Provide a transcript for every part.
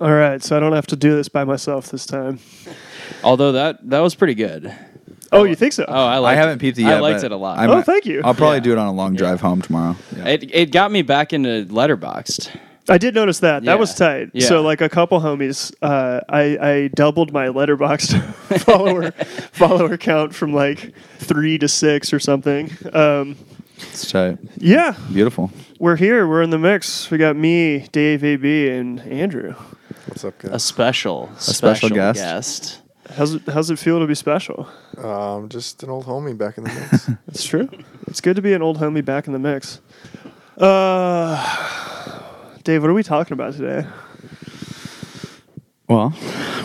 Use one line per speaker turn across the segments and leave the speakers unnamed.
All right, so I don't have to do this by myself this time.
Although that that was pretty good.
Oh, you think so?
Oh, I liked
I haven't
it.
peeped it yet.
I liked
but
it a lot.
I
Oh,
might-
thank you.
I'll probably do it on a long drive home tomorrow. Yeah.
it it got me back into letterboxed.
I did notice that.
Yeah.
That was tight.
Yeah.
So, like a couple homies, uh, I, I doubled my letterboxd follower follower count from like three to six or something. Um,
It's tight.
yeah,
Beautiful.
we're here. We're in the mix. We got me, Dave, AB, and Andrew.
What's up,
A
guys?
special a
special guest.
How's it, how's it feel to be special?
Um, just an old homie back in the mix.
It's true. It's good to be an old homie back in the mix. Uh, Dave, what are we talking about today?
Well,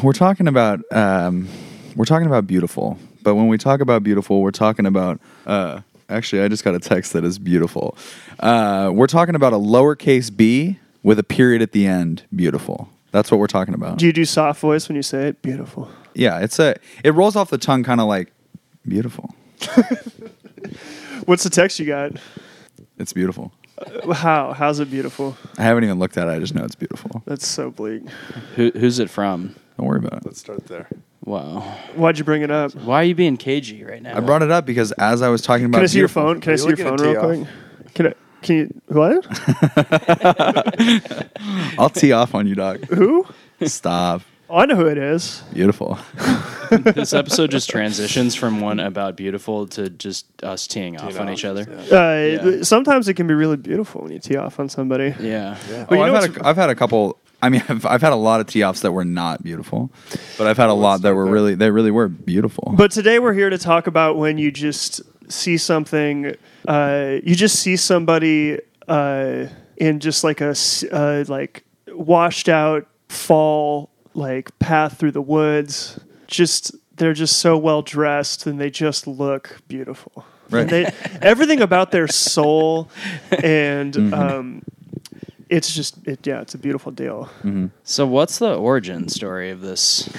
we're talking about um, we're talking about beautiful, but when we talk about beautiful, we're talking about uh, actually I just got a text that is beautiful. Uh, we're talking about a lowercase b with a period at the end. Beautiful. That's what we're talking about.
Do you do soft voice when you say it? Beautiful.
yeah, it's a it rolls off the tongue, kind of like beautiful.
What's the text you got?
It's beautiful.
How? How's it beautiful?
I haven't even looked at it. I just know it's beautiful.
That's so bleak.
Who who's it from?
Don't worry about it.
Let's start there.
Wow.
Why'd you bring it up?
Why are you being cagey right now?
I brought it up because as I was talking about
Can I see your
beautiful-
phone? Can I
Are you
see your
looking
phone
at
real
T.O.?
quick? Can I? Can you? What?
I'll tee off on you, dog.
Who?
Stop.
Oh, I know who it is.
Beautiful.
this episode just transitions from one about beautiful to just us teeing off on each other.
Uh, it- Sometimes it can be really beautiful when you tee off on somebody.
Yeah.
But
Oh,
you know
I've, had
what's-
a, I've had a couple. I mean, I've, I've had a lot of tee offs that were not beautiful, but I've had
Oh,
a lot that were really they really were beautiful.
But today we're here to talk about when you just see something, uh, you just see somebody uh, in just like a s- uh, like washed out fall like path through the woods. Just they're just so well dressed and they just look beautiful.
Right.
And they, everything about their soul and um, it's just it, yeah, it's a beautiful deal.
So what's the origin story of this?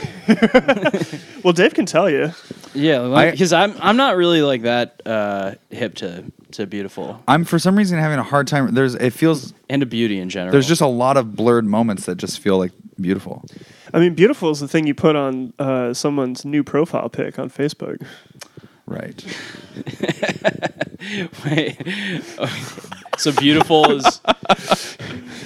Well, Dave can tell you.
Yeah,
I-
because I'm I'm not really like that uh, hip to to beautiful
I'm for some reason having a hard time. There's it feels
and to beauty in general.
there's just a lot of blurred moments that just feel like beautiful.
I mean, beautiful is the thing you put on uh, someone's new profile pic on Facebook.
Right.
Wait. so beautiful is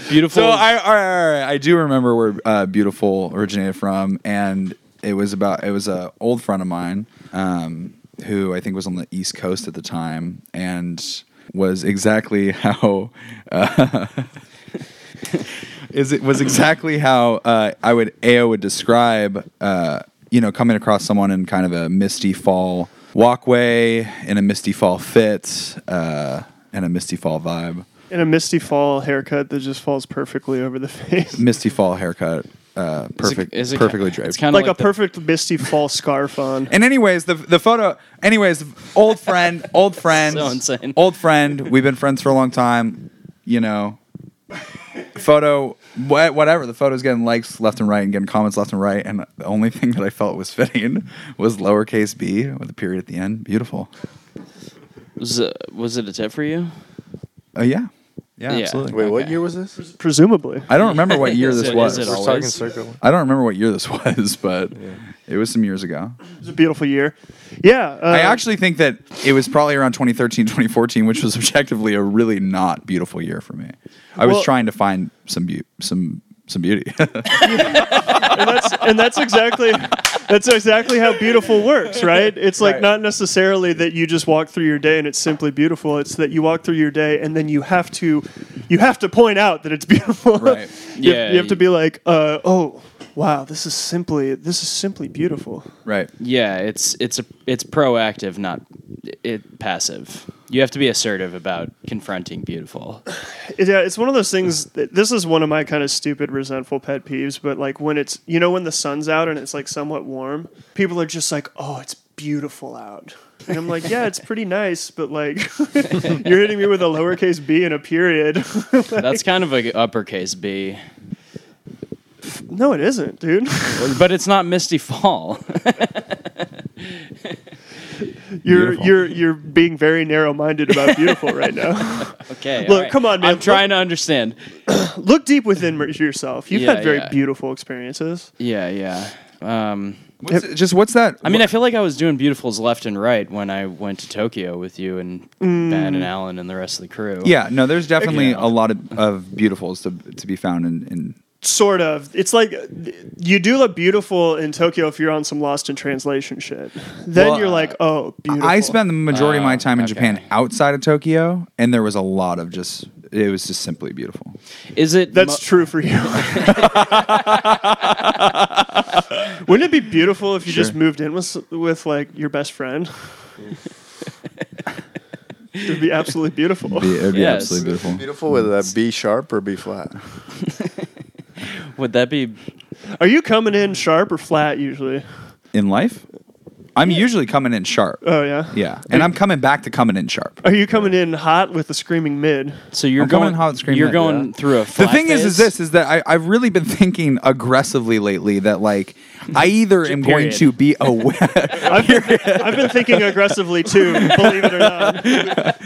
beautiful.
So
is-
I all right, all right, I do remember where uh, beautiful originated from, and it was about it was a old friend of mine um, who I think was on the East Coast at the time, and was exactly how uh, is it was exactly how uh, I would Ao would describe uh, you know coming across someone in kind of a misty fall walkway in a misty fall fit uh, and a misty fall vibe.
And a misty fall haircut that just falls perfectly over the face.
Misty Fall haircut,
is
uh,
it-
perfect,
is it-
perfectly
It's
draped.
kind of
Like,
like,
a perfect misty fall scarf on.
and anyways, the the photo. Anyways, old friend, old friend,
So insane.
old friend. We've been friends for a long time. You know, photo, wha- whatever. The photo's getting likes left and right, and getting comments left and right. And the only thing that I felt was fitting was lowercase b with a period at the end. Beautiful.
The, was, it, was it a tip for you?
Oh yeah, yeah,
Yeah.
absolutely.
Wait, what
Okay.
year was this?
Presumably.
I don't remember what year
Is
this
it-
was.
is it
We're
always?
talking circle.
I don't remember what year this was, but it was some years ago.
It was a beautiful year. Yeah. Uh,
I actually think that it was probably around 2013, 2014, which was objectively a really not beautiful year for me. I
Well-
was trying to find some beauty, some some beauty.
and that's, and that's exactly. That's exactly how beautiful works, right? It's like
Right.
not necessarily that you just walk through your day and it's simply beautiful. It's that you walk through your day and then you have to, you have to point out that it's beautiful.
Right.
you, have-
Yeah,
you have to
you-
be like, uh, oh, wow, this is simply, this is simply beautiful.
right.
Yeah, it's it's a, it's proactive, not it passive. You have to be assertive about confronting beautiful.
Yeah, it's one of those things. That, this is one of my kind of stupid, resentful pet peeves. But like when it's, you know, when the sun's out and it's like somewhat warm, people are just like, "Oh, it's beautiful out," and I'm like, "Yeah, it's pretty nice," but like, you're hitting me with a lowercase b and a period.
That's kind of a uppercase B,
no, it isn't, dude.
but it's not Misty Fall.
You're
Beautiful.
you're you're being very narrow-minded about beautiful right now.
Okay. all
Look, come on, man.
I'm trying to understand.
Look deep within yourself. You've
Yeah,
had very
yeah.
beautiful experiences.
Yeah, yeah. Um,
What's, just what's that?
I mean, I feel like I was doing beautifuls left and right when I went to Tokyo with you and Ben
Mm.
and Alan and the rest of the crew.
yeah, no, there's definitely
Yeah.
a lot of, of beautifuls to to be found in. in
Sort of. It's like uh, you do look beautiful in Tokyo if you're on some Lost in Translation shit. Then
Well,
you're like, oh, beautiful.
I spent the majority of my time in
Oh, okay.
Japan outside of Tokyo, and there was a lot of just. It was just simply beautiful.
Is it?
That's
mo-
true for you. Wouldn't it be beautiful if you just
Sure.
moved in with with like your best friend? it would be absolutely beautiful.
It would be
Yes.
absolutely beautiful.
Beautiful with a B sharp or B flat.
Would that be?
Are you coming in sharp or flat usually?
In life, I'm usually coming in sharp.
Oh yeah.
Yeah, and I'm coming back to coming in sharp.
Are you coming in hot with a screaming mid?
So you're
I'm coming
going.
hot screaming,
you're going
yeah.
through a.
The
flat
thing is,
phase?
is this is that I, I've really been thinking aggressively lately that like I either am going
Period.
to be aware.
I've been, I've been thinking aggressively too. Believe it or not.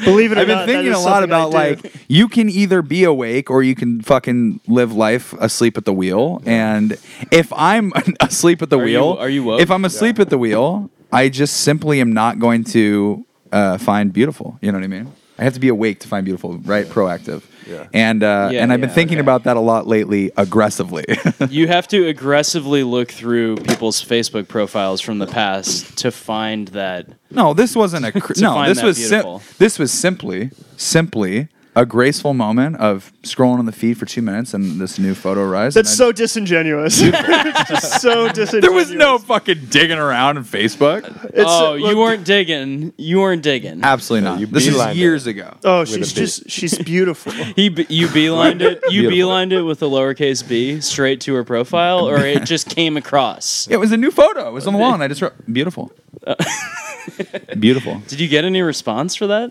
Believe it or
I've been
not. that
thinking
is
a lot
something I
about
do.
like you can either be awake or you can fucking live life asleep at the wheel. And if I'm asleep at the
Are you-
wheel,
are you woke?
If I'm asleep at the wheel, I just simply am not going to uh, find beautiful. You know what I mean? I have to be awake to find beautiful, right? Proactive.
Yeah.
And uh,
Yeah,
and I've been
yeah,
thinking
okay.
about that a lot lately, aggressively.
You have to aggressively look through people's Facebook profiles from the past to find that.
No, this wasn't a cr-
To
no.
find
This
that
was sim-
beautiful.
this was simply simply a graceful moment of scrolling on the feed for two minutes and this new photo arrives.
That's
and I-
so disingenuous. It's just so disingenuous.
There was no fucking digging around in Facebook.
It's-
oh,
look-
you weren't digging. You weren't digging.
Absolutely not.
you
this
beelined
is
it.
years ago.
Oh,
a
she's
B.
just she's beautiful.
He, b- you beelined it. You
Beautiful.
beelined it with a lowercase b straight to her profile, or it just came across.
It was a new photo. It was on the wall, and I just wrote beautiful. beautiful.
Did you get any response for that?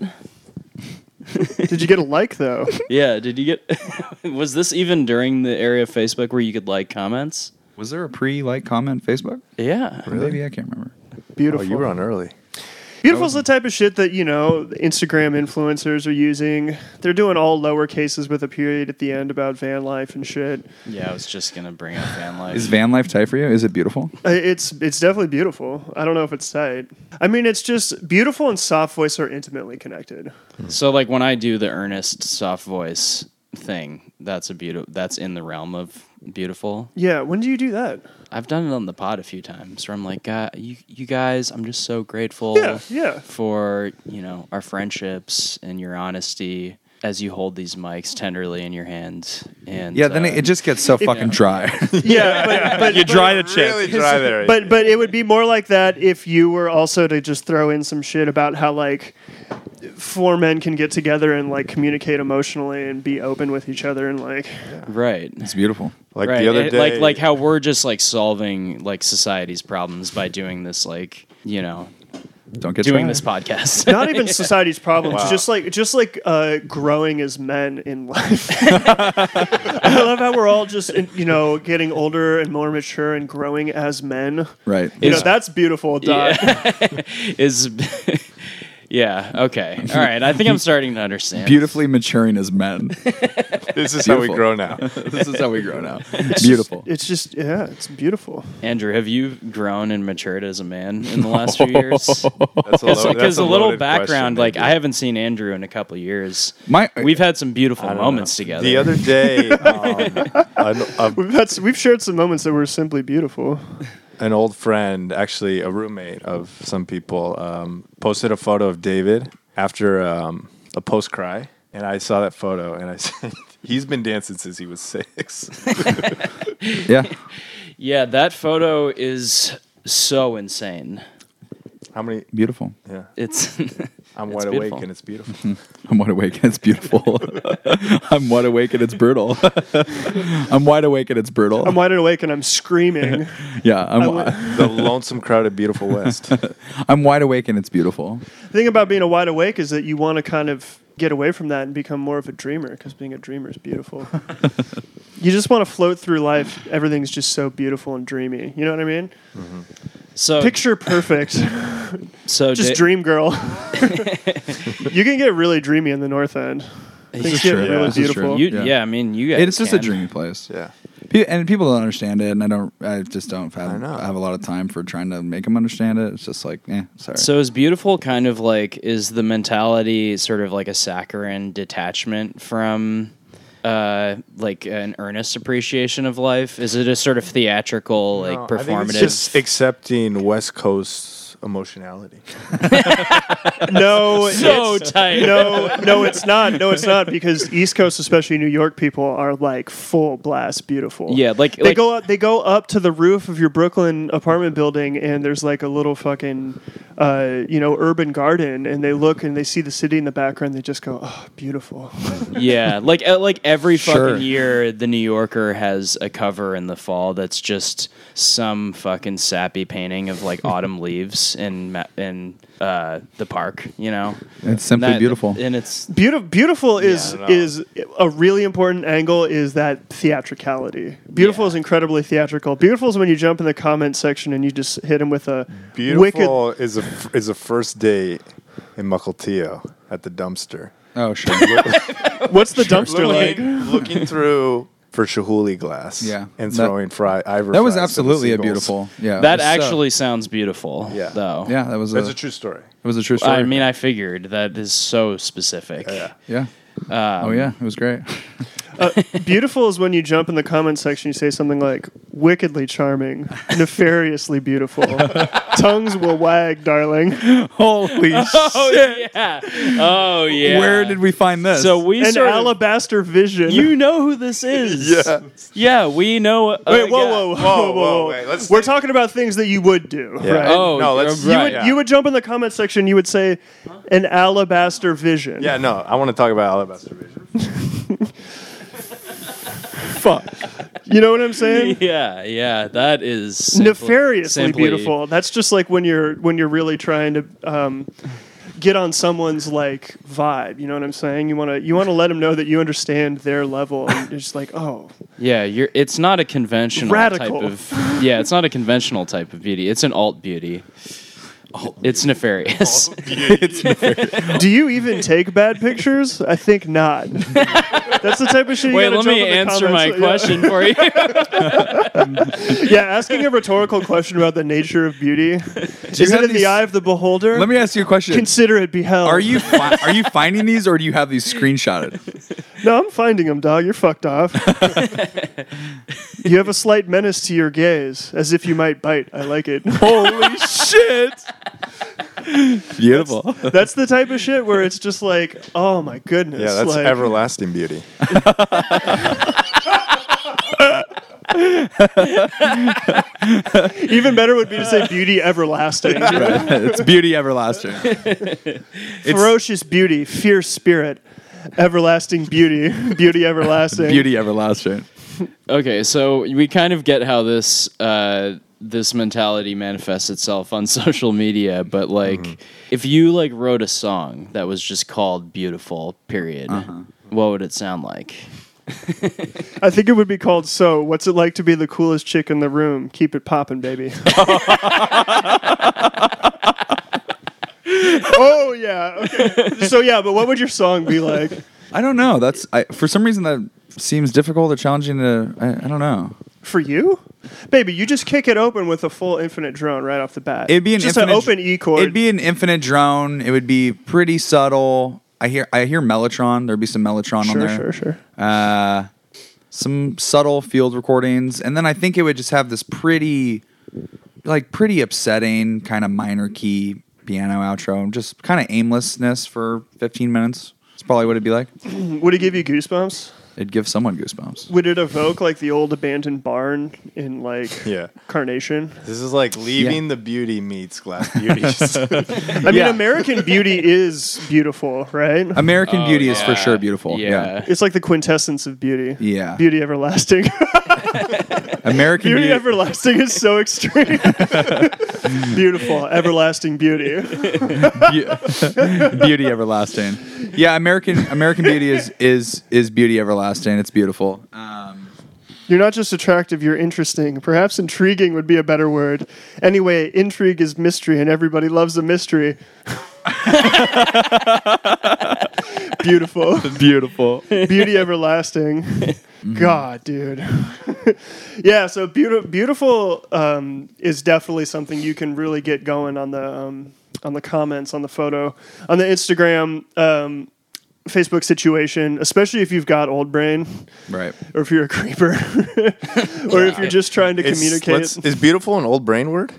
Did you get a like though?
Oh,
Yeah. Did you get? was this even during the area of Facebook where you could like comments?
Was there a pre-like comment Facebook?
Yeah.
Maybe I can't remember.
Oh,
Beautiful.
you were on early.
Beautiful's the type of shit that you know Instagram influencers are using. They're doing all lower cases with a period at the end about van life and shit.
Yeah, I was just gonna bring up van life.
Is van life tight for you? Is it beautiful?
Uh, It's it's definitely beautiful. I don't know if it's tight. I mean, it's just beautiful and soft voice are intimately connected.
so like when I do the earnest soft voice thing, that's a beautiful. That's in the realm of beautiful.
Yeah. When do you do that?
I've done it on the pod a few times where I'm like, God, you, you guys, I'm just so grateful
Yeah, yeah.
for, you know, our friendships and your honesty as you hold these mics tenderly in your hands. And
Yeah. Then
uh,
it, it just gets so fucking dry.
Yeah, but, but you
dry the chip.
dry there.
But but it would be more like that if you were also to just throw in some shit about how like four men can get together and like communicate emotionally and be open with each other and like
right.
it's beautiful.
like
right.
the other
It-
day,
like like how we're just like solving like society's problems by doing this like, you know,
Don't get
doing
dry.
this podcast.
not even society's problems
Wow.
just like just like uh, growing as men in life i love how we're all just you know getting older and more mature and growing as men
Right.
you know
Is-
that's beautiful Doc.
is Yeah, okay. All right. I think I'm starting to understand.
Beautifully maturing as men.
this is how
Beautiful.
we grow now.
this is how we grow now. Beautiful.
it's just yeah it's beautiful
Andrew, have you grown and matured as a man in the last few years?
That's a,
Because
lo- that's
a, little
loaded question,
background, like
Andrew.
I haven't seen Andrew in a couple years.
My-
We've had some beautiful moments together.
the other day, um, an, a
we've had s- we've shared some moments that were simply beautiful
an old friend, actually a roommate of some people, um, posted a photo of David after um, a post cry, and I saw that photo, and I said, "He's been dancing since he was six.
Yeah.
yeah, that photo is so insane.
How many?
Beautiful.
Yeah,
It's
I'm
It's
wide
beautiful.
awake, and it's beautiful.
I'm wide awake and it's beautiful. I'm wide awake and it's brutal. I'm wide awake and it's brutal.
i'm wide awake and i'm screaming
yeah,
I
I'm,
went-
the lonesome, crowded, beautiful West.
I'm wide awake and it's beautiful.
The thing about being a wide awake is that you want to kind of get away from that and become more of a dreamer because being a dreamer is beautiful. you just want to float through life. Everything's just so beautiful and dreamy. You know what I mean?
So
Picture perfect.
so
Just
Oh. Da-
dream girl. you can get really dreamy in the North End. Things
is
get
true, yeah,
really
this is true.
beautiful.
You, yeah.
Yeah.
I mean, you guys.
It's just a
can.
dreamy place.
Yeah.
Pe- And people don't understand it, and I don't. I just don't have, I
know.
have a lot of time for trying to make them understand it. It's just like, eh, sorry.
So is beautiful kind of like is the mentality sort of like a saccharine detachment from uh like an earnest appreciation of life? Is it a sort of theatrical like
No, I think it's
performative?
just accepting West Coast emotionality.
no,
so
it's-
tight.
no, no, it's not. No, it's not because East Coast, especially New York people, are like full blast beautiful.
Yeah, like-
they
like-
go up. They go up to the roof of your Brooklyn apartment building, and there's like a little fucking, uh, you know, urban garden, and they look and they see the city in the background. They just go, oh, beautiful.
yeah, like uh, like every
Sure.
fucking year, the New Yorker has a cover in the fall that's just some fucking sappy painting of like autumn leaves in ma- in uh, the park. You know,
It's simply
That-
beautiful.
and it's
Beautiful, beautiful is
I don't know.
is a really important angle. Is that theatricality? Beautiful
Yeah.
is incredibly theatrical. Beautiful is when you jump in the comment section and you just hit him with a wicked.
Beautiful is a is a first date in Mukilteo at the dumpster.
oh sure.
What's the dumpster like?
looking, looking through for Chihuly glass.
Yeah.
and
That-
throwing fry. Ivor
that was
fries to the
absolutely a
seagulls.
beautiful. Yeah.
that
Oh, So-
actually sounds beautiful.
Yeah.
though.
yeah, that was.
That's
a,
a true story.
It was a true story.
I mean, I figured that is so specific.
Yeah.
yeah.
um,
oh yeah, it was great.
Beautiful is when you jump in the comment section, you say something like wickedly charming, nefariously beautiful. Tongues will wag, darling.
Holy
Oh yeah. Oh yeah.
Where did we find this?
So we
An
sort of-
alabaster vision.
you know who this is.
Yeah.
Yeah, we know. a
Wait, whoa,
guy-
whoa, whoa, whoa,
Whoa,
whoa.
whoa, wait, let's
We're
think-
talking about things that you would do,
Yeah.
right?
Oh,
no, let's.
you're
You
right.
would, yeah.
You would jump in the comment section, you would say an alabaster vision.
yeah, no, I want to talk about Alabaster Vision.
Fuck. You know what I'm saying?
Yeah, yeah, that is simply-
nefariously
simply-
beautiful. That's just like when you're when you're really trying to um, get on someone's like vibe. You know what I'm saying? You want to you want to let them know that you understand their level. And you're just like, oh,
Yeah, you're. It's not a conventional
Radical.
type of. Yeah, it's not a conventional type of beauty. It's an alt beauty. it's nefarious.
do you even take bad pictures? I think not. That's the type of shit. You
Wait,
gotta
let
jump
me
in the
answer
comments.
my
Yeah.
question for you.
Yeah. asking a rhetorical question about the nature of beauty is
have
it in
these-
the eye of the beholder?
Let me ask you a question.
consider it beheld.
are you fi- are you finding these or do you have these screenshotted?
No, I'm finding him, dog. You're fucked off. you have a slight menace to your gaze, as if you might bite. I like it.
Holy shit! Beautiful.
That's the type of shit where it's just like, oh my goodness.
Yeah, that's
like,
everlasting beauty.
Even better would be to say beauty everlasting.
it's beauty everlasting.
Ferocious beauty, fierce spirit, everlasting beauty, beauty everlasting.
Beauty everlasting.
Okay, so we kind of get how this uh, this mentality manifests itself on social media, but like, if you like wrote a song that was just called "Beautiful," period, what would it sound like?
I think it would be called So. What's it like to be the coolest chick in the room? Keep it poppin', baby. oh yeah. Okay. So yeah, but what would your song be like?
I don't know. That's I, for some reason that seems difficult or challenging to. I, I don't know.
For you, baby, you just kick it open with a full infinite drone right off the bat.
It'd be an
just
infinite,
an open E chord.
It'd be an infinite drone. It would be pretty subtle. I hear I hear Mellotron. There'd be some Mellotron on
sure,
there.
sure, sure.
uh, some subtle field recordings, and then I think it would just have this pretty, like pretty upsetting kind of minor key piano outro, and just kind of aimlessness for 15 minutes. It's probably what it'd be like.
Would it give you goosebumps?
It'd give someone goosebumps.
Would it evoke like the old abandoned barn in like
Yeah.
Carnation?
This is like leaving the beauty meets glass beauty.
I mean, American Beauty is beautiful, right?
American Beauty is
yeah.
for sure beautiful. Oh, Yeah,
it's like the quintessence of beauty.
Yeah.
Beauty everlasting.
American
Beauty
Beauty.
everlasting is so extreme. Beautiful, everlasting beauty.
Be- beauty everlasting. Yeah, American American Beauty is is is beauty everlasting. It's beautiful. Um,
You're not just attractive, you're interesting. Perhaps intriguing would be a better word. Anyway, intrigue is mystery, and everybody loves a mystery. Beautiful.
Beautiful.
Beauty everlasting. God, dude. yeah, so beautiful beautiful um, is definitely something you can really get going on the um, on the comments on the photo on the Instagram um, Facebook situation, especially if you've got old brain
Right.
or if you're a creeper or if you're just trying to communicate.
let's- Is beautiful an old brain word?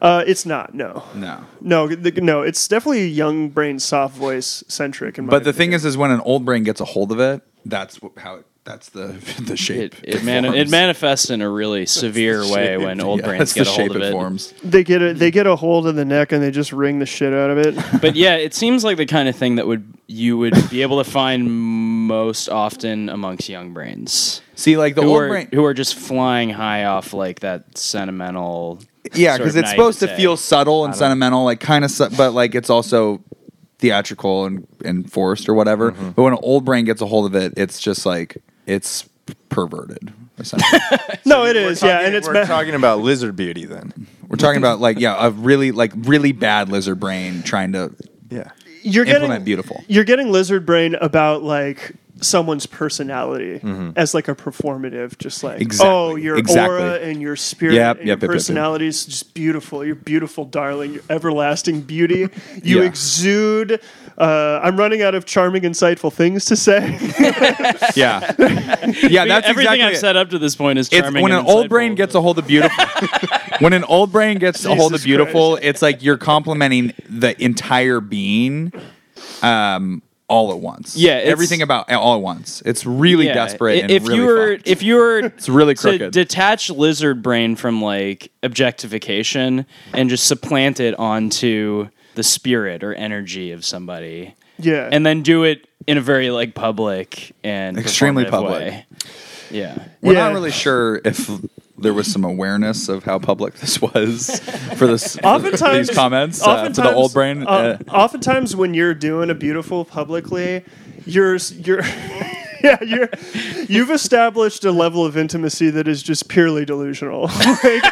uh, it's not. No.
No.
No, the, no, it's definitely young brain soft voice centric in my
But the
opinion.
thing is, is when an old brain gets a hold of it, that's wh- how it, that's the the shape.
It it, mani- it
forms.
manifests in a really severe way
Shape.
when old
Yeah,
brains
that's
get
the
a
shape
hold of
it
it.
forms.
they get a, they get a hold of the neck and they just wring the shit out of it.
But yeah, it seems like the kind of thing that would you would be able to find most often amongst young brains
See, like the
who
old
are
brain,
who are just flying high off like that sentimental.
yeah,
sort
because
of
it's supposed to
naivete.
feel subtle and sentimental, like kind of, su- but like it's also theatrical and, and forced or whatever.
Mm-hmm.
But when an old brain gets a hold of it, it's just like it's perverted. Essentially.
no, Oh, it is. Yeah,
Talking-
and it's
we're
bad.
talking about lizard beauty then.
We're talking about like yeah, a really like really bad lizard brain trying to
Yeah.
You're
implement
getting
beautiful.
you're getting lizard brain about like someone's personality as like a performative just like
Mm-hmm. Exactly,
oh your
exactly.
aura and your spirit and
Yep, yep, yep, yep,
your
yep.
personality is just beautiful you're beautiful darling your everlasting beauty you
Yeah.
exude uh, i'm running out of charming insightful things to say
Yeah, yeah, that's
Everything
exactly
I've
it.
said up to this point is
It's
charming.
when an
and
old brain
insightful.
gets a hold of beautiful. when an old brain gets a hold of
Jesus
beautiful, it's like you're complimenting the entire being, um, all at once.
Yeah, it's-
everything about all at once. It's really
Yeah,
desperate.
i-
and
if
really
you were,
fucked.
if you were, it's
really
To
crooked.
detach lizard brain from like objectification and just supplant it onto the spirit or energy of somebody,
yeah
and then do it in a very like public and
Extremely
performative
public.
way. Yeah,
we're
Yeah.
not really sure if there was some awareness of how public this was for this. for
oftentimes
these comments uh, for the old brain.
uh,
uh,
oftentimes, when you're doing a beautiful publicly, you're s- you're. Yeah, you're, you've established a level of intimacy that is just purely delusional. like,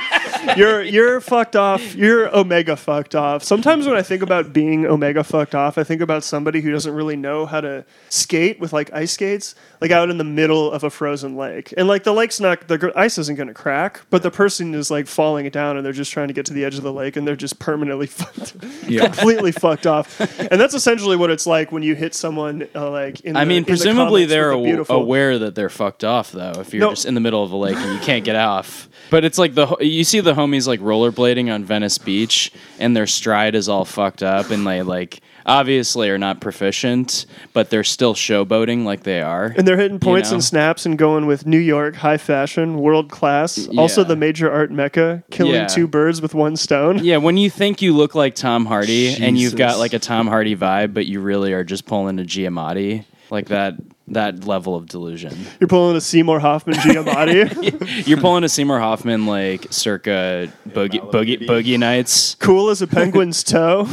you're you're fucked off. You're omega fucked off. Sometimes when I think about being omega fucked off, I think about somebody who doesn't really know how to skate with like ice skates, like out in the middle of a frozen lake, and like the lake's not the gr- ice isn't going to crack, but the person is like falling down, and they're just trying to get to the edge of the lake, and they're just permanently fucked, completely fucked off. And that's essentially what it's like when you hit someone uh, like. In
I
the-
mean,
in the
presumably
comments
they're
with a
aw-
beautiful-
aware that they're fucked off though. If you're
No.
just in the middle of a lake and you can't get off, but it's like the ho- you see the homies like rollerblading on Venice Beach and their stride is all fucked up and they like obviously are not proficient, but they're still showboating like they are.
And they're hitting points
know?
and snaps and going with New York, high fashion, world class. Also
yeah.
the major art mecca, killing
Yeah.
two birds with one stone.
yeah, when you think you look like Tom Hardy and you've got
Jesus.
like a Tom Hardy vibe, but you really are just pulling a Giamatti, like that that level of delusion.
You're pulling a Seymour Hoffman Giamatti.
You're pulling a Seymour Hoffman like circa boogie boogie boogie nights.
cool as a penguin's toe.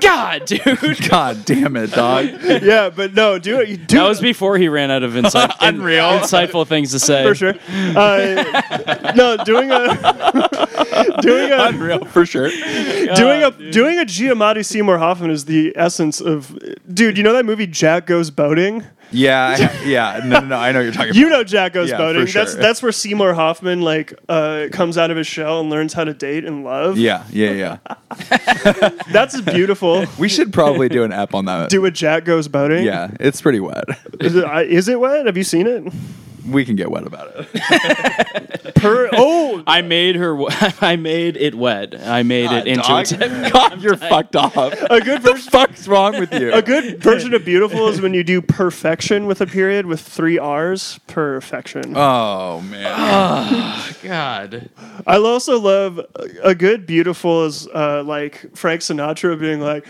God, dude.
God damn it, dog!
yeah, but no, do it. You do
That was before he ran out of insight, Unreal. insightful things to say.
for sure. Uh, no, doing a doing a
Unreal for sure.
doing a doing a Giamatti Seymour Hoffman is the essence of dude. You know that movie Jack Goes Boating.
Yeah, I, yeah. No, no, no. I know what you're talking.
You
about.
know Jack goes
Yeah,
boating.
for sure.
That's that's where Seymour Hoffman like uh, comes out of his shell and learns how to date and love.
Yeah, yeah, yeah.
That's beautiful.
We should probably do an app on that.
Do a Jack goes boating.
Yeah, it's pretty wet.
Is it, I- is it wet? Have you seen it?
We can get wet about it.
Per oh
I made her. w- I made it wet. I made it into a
Dog,
tip.
God, you're fucked off.
a good
the
version
fuck's wrong with you?
a good version of beautiful is when you do perfection with a period with three R's. Perfection.
Oh man.
God.
I also love a good beautiful is uh, like Frank Sinatra being like,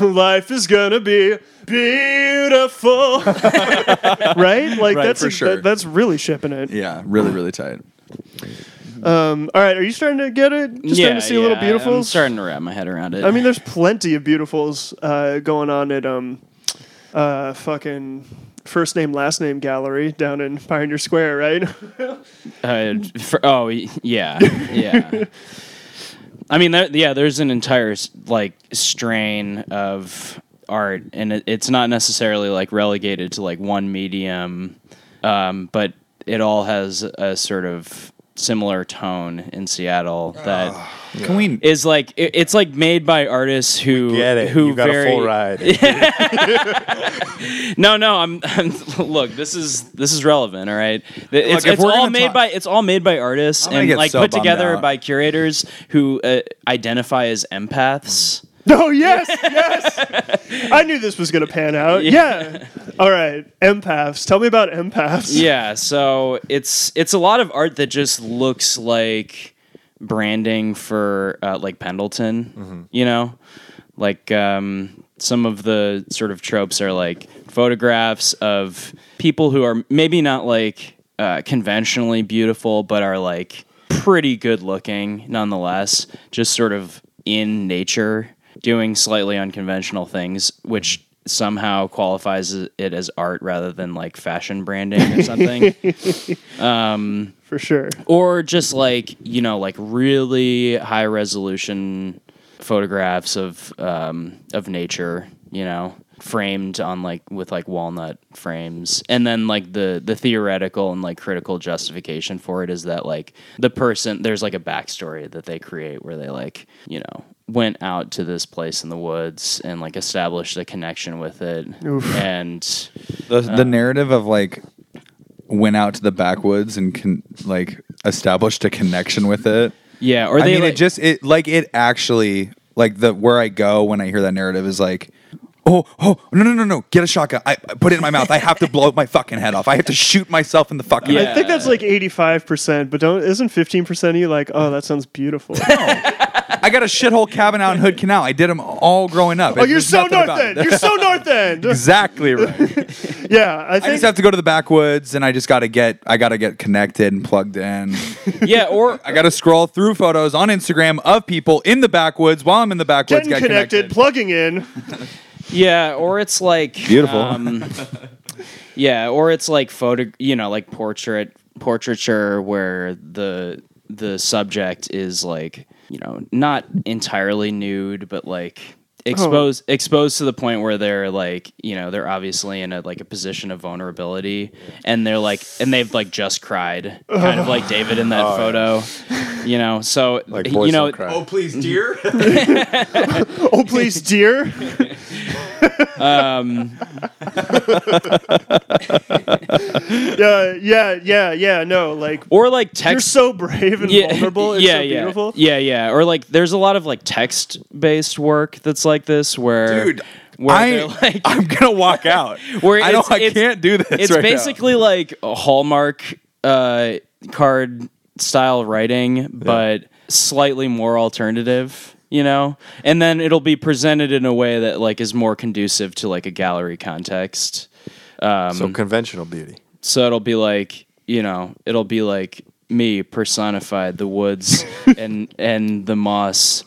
"Life is gonna be beautiful," right? Like that's
for
a-
sure.
that- that's really shipping it.
Yeah, really, really tight.
Um, all right, are you starting to get it? Just starting to see a little beautifuls.
I'm starting to wrap my head around it.
I mean, there's plenty of beautifuls uh, going on at um, uh, fucking first name last name gallery down in Pioneer Square, right?
Uh, for, oh y- yeah, yeah. I mean, there, yeah. There's an entire s- like strain of art, and it, it's not necessarily like relegated to like one medium, um, but it all has a sort of similar tone in Seattle that is
Ah.
Can we?
like it, it's like made by artists who
Get it?
who
you got
very
a full ride.
No, no. I'm, I'm. Look, this is this is relevant. All right, Th- it's,
if
it's
we're
all
gonna
made
talk-
by it's all made by artists
gonna
and
get
like
so
put
bummed
together
out.
by curators who uh, identify as
Mm-hmm.
empaths.
No, Oh, yes, yes. I knew this was going to pan out. Yeah. All right. Empaths. Tell me about empaths.
Yeah, so it's it's a lot of art that just looks like branding for uh, like Pendleton.
Mm-hmm.
You know, like um, some of the sort of tropes are like photographs of people who are maybe not like uh, conventionally beautiful, but are like pretty good looking nonetheless. Just sort of in nature, doing slightly unconventional things, which somehow qualifies it as art rather than like fashion branding or something
For sure.
or just like you know like really high resolution photographs of um of nature you know framed on like with like walnut frames and then like the the theoretical and like critical justification for it is that like the person there's like a backstory that they create where they like you know went out to this place in the woods and like established a connection with it and
The,
uh,
the narrative of like went out to the backwoods and can like established a connection with it.
yeah or
I
they
mean,
like,
it just it like it actually like the where I go when I hear that narrative is like. Oh, oh, no, no, no, no. Get a shotgun. I, I put it in my mouth. I have to blow my fucking head off. I have to shoot myself in the fucking
Yeah.
I think that's like 85%, but don't isn't 15% of you like, "Oh, that sounds beautiful."
I got a shithole cabin out in Hood Canal. I did them all growing up.
oh, you're so north end. You're so north end.
exactly right.
Yeah, I
I just
think
have to go to the backwoods, and I just got to get I got to get connected and plugged in.
yeah or
I got to scroll through photos on Instagram of people in the backwoods while I'm in the backwoods.
getting connected, plugging in.
Yeah, or it's like
Beautiful.
Um, yeah, or it's like photo, you know, like portrait portraiture where the the subject is like, you know, not entirely nude, but like
Oh.
exposed exposed to the point where they're like, you know, they're obviously in a like a position of vulnerability and they're like and they've like just cried, kind of like David in that photo. You know, so
Oh, Like boys
you know,
don't cry.
please, dear.
Oh, please, dear.
Um,
yeah, yeah, yeah, yeah. No, like
or like
you're
text
so brave and vulnerable. It's
yeah,
so
yeah,
beautiful.
Yeah, yeah. Or like there's a lot of like text based work that's like this where
Dude,
where
I,
they're like
I'm gonna walk out.
Where
I don't.
it's-
I
it's-
can't do this.
it's
right now.
basically like a Hallmark uh card style writing, but slightly more alternative. You know, and then it'll be presented in a way that like is more conducive to like a gallery context.
so conventional beauty.
So it'll be like, you know, it'll be like me personified, the woods and and the moss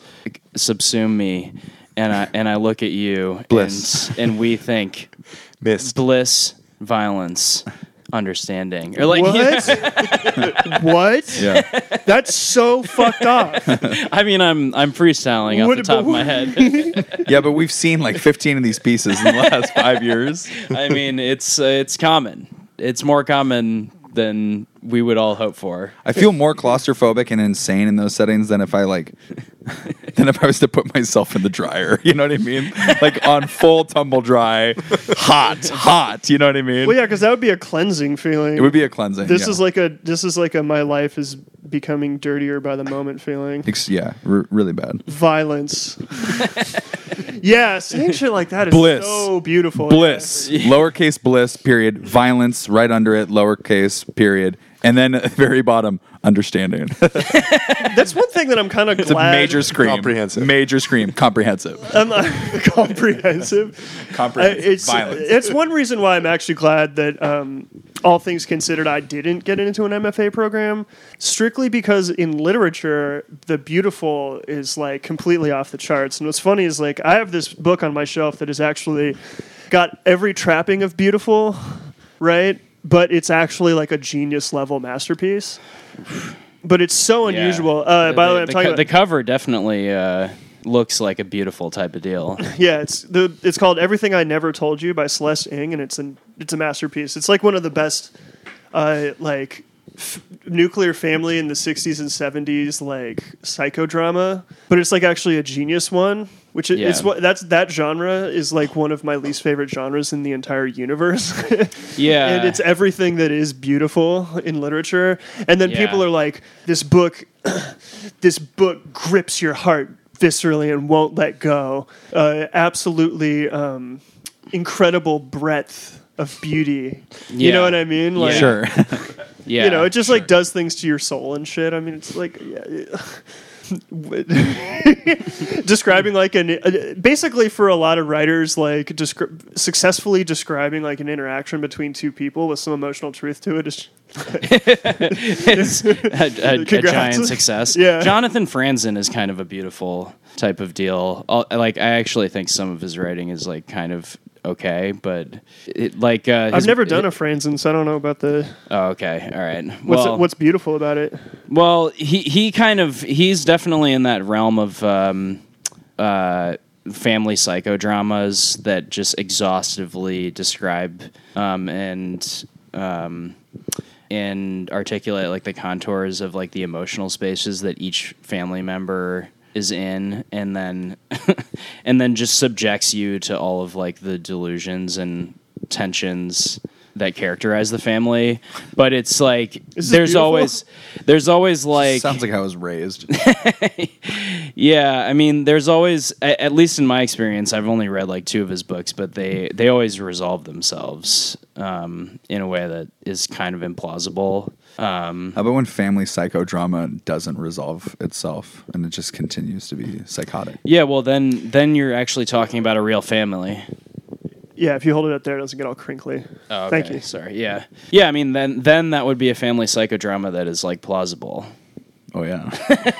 subsume me, and I and I look at you,
Bliss.
and, and we think
Missed.
bliss, violence, understanding, or like.
What? what?
Yeah.
That's so fucked up.
I mean, I'm I'm freestyling off
What
the top of my head.
yeah, but we've seen like 15 of these pieces in the last five years.
I mean, it's uh, it's common. It's more common than we would all hope for.
I feel more claustrophobic and insane in those settings than if I like than if I was to put myself in the dryer. You know what I mean? Like on full tumble dry, hot, hot. You know what I mean?
Well, yeah, because that would be a cleansing feeling.
It would be a cleansing.
This
yeah.
is like a. This is like a. My life is becoming dirtier by the moment feeling.
Ex- yeah, r- really bad.
Violence. yeah, saying shit like that is
Bliss.
so beautiful.
Bliss, lowercase bliss, period. Violence, right under it, lowercase, period. And then at the very bottom, understanding.
Yeah.
It's
That's one thing that I'm kind of glad.
a major scream.
Comprehensive.
Major scream. Comprehensive.
I'm not comprehensive. I-
Comprehensive.
it's
Violence.
it's one reason why I'm actually glad that um, all things considered, I didn't get into an MFA program strictly because in literature, the beautiful is like completely off the charts. And what's funny is like I have this book on my shelf that has actually got every trapping of beautiful. right? But it's actually like a genius level masterpiece. But it's so
Yeah.
unusual. Uh,
The-
by the,
the,
way, I'm
the
talking
co- the
about,
cover definitely uh, looks like a beautiful type of deal.
yeah, it's the it's called Everything I Never Told You by Celeste Ng, and it's an it's a masterpiece. It's like one of the best, uh, like f- nuclear family in the '60s and '70s, like psychodrama. But it's like actually a genius one, which it, it's
Yeah.
what that's that genre is like one of my least favorite genres in the entire universe.
yeah,
and it's everything that is beautiful in literature. And then
Yeah.
people are like, "This book, this book grips your heart viscerally and won't let go." Uh, absolutely um, incredible breadth of beauty. You
Yeah.
know what I mean? Like,
Yeah.
Sure.
yeah.
you know, it just like does things to your soul and shit. I mean, it's like. Yeah, describing like an uh, basically for a lot of writers like descri- successfully describing like an interaction between two people with some emotional truth to it is
it's a, a- a
Congrats.
giant success.
Yeah.
Jonathan Franzen is kind of a beautiful type of deal. Al- Like I actually think some of his writing is like kind of okay, but it, like uh,
I've never done a Franzen, so I don't know about the
Oh, okay, all right.
what's
well,
what's beautiful about it.
well, he he kind of he's definitely in that realm of. Um, uh, family psychodramas that just exhaustively describe um, and um, and articulate like the contours of like the emotional spaces that each family member is in and then and then just subjects you to all of like the delusions and tensions that characterize the family but it's like
This is
there's
beautiful.
always there's always like
Sounds like I was raised.
yeah, I mean, there's always, a- at least in my experience, I've only read like two of his books, but they they always resolve themselves um, in a way that is kind of implausible. Um,
How about when family psychodrama doesn't resolve itself and it just continues to be psychotic?
yeah, well, then then you're actually talking about a real family.
Yeah, if you hold it up there, it doesn't get all crinkly.
Oh,
Thank you.
Sorry. Yeah, yeah. I mean, then then that would be a family psychodrama that is like plausible.
Oh yeah.